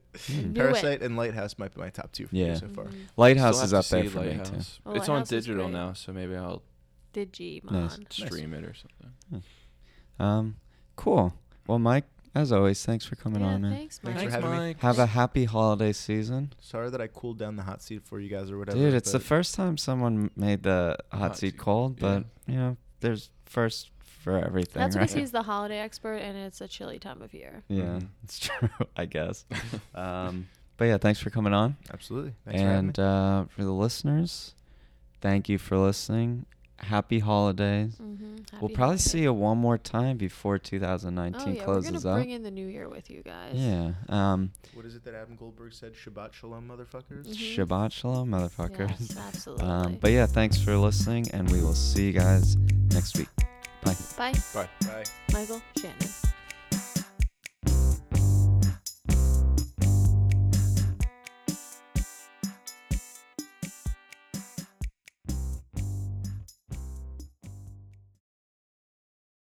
Parasite and Lighthouse might be my top two for
Yeah.
me so far.
Mhm.
Lighthouse
Still
is
have
up
to
there
see
for me too.
Lighthouse.
Oh,
it's on
Lighthouse is
digital
great.
now, so maybe I'll
Digimon.
stream it or something.
Um, cool. Well, Mike, as always, thanks for coming
Yeah,
on, man.
thanks, Mike.
Thanks for having me.
Have a happy holiday season,
Sorry that I cooled down the hot seat for you guys or whatever.
dude. It's the
but
first time someone made the hot,
Hot
seat
seat,
cold,
yeah.
but you know, there's first for everything,
That's
right?
because he's the holiday expert, and it's a chilly time of year.
yeah,
Mhm.
it's true, I guess. Um, but yeah, thanks for coming on.
Absolutely. Thanks for having me.
and uh, for the listeners, thank you for listening. Happy holidays.
Mm-hmm.
we'll probably see you one more time before 2019
Oh yeah, we're
closes
gonna
up.
bring in the new year with you guys.
yeah. Um,
What is it that Adam Goldberg said? Shabbat shalom, motherfuckers.
Mhm.
Shabbat shalom, motherfuckers.
Yes, absolutely.
um, but yeah, thanks for listening, and we will see you guys next week. Bye.
Bye,
Bye.
Bye.
Michael Shannon.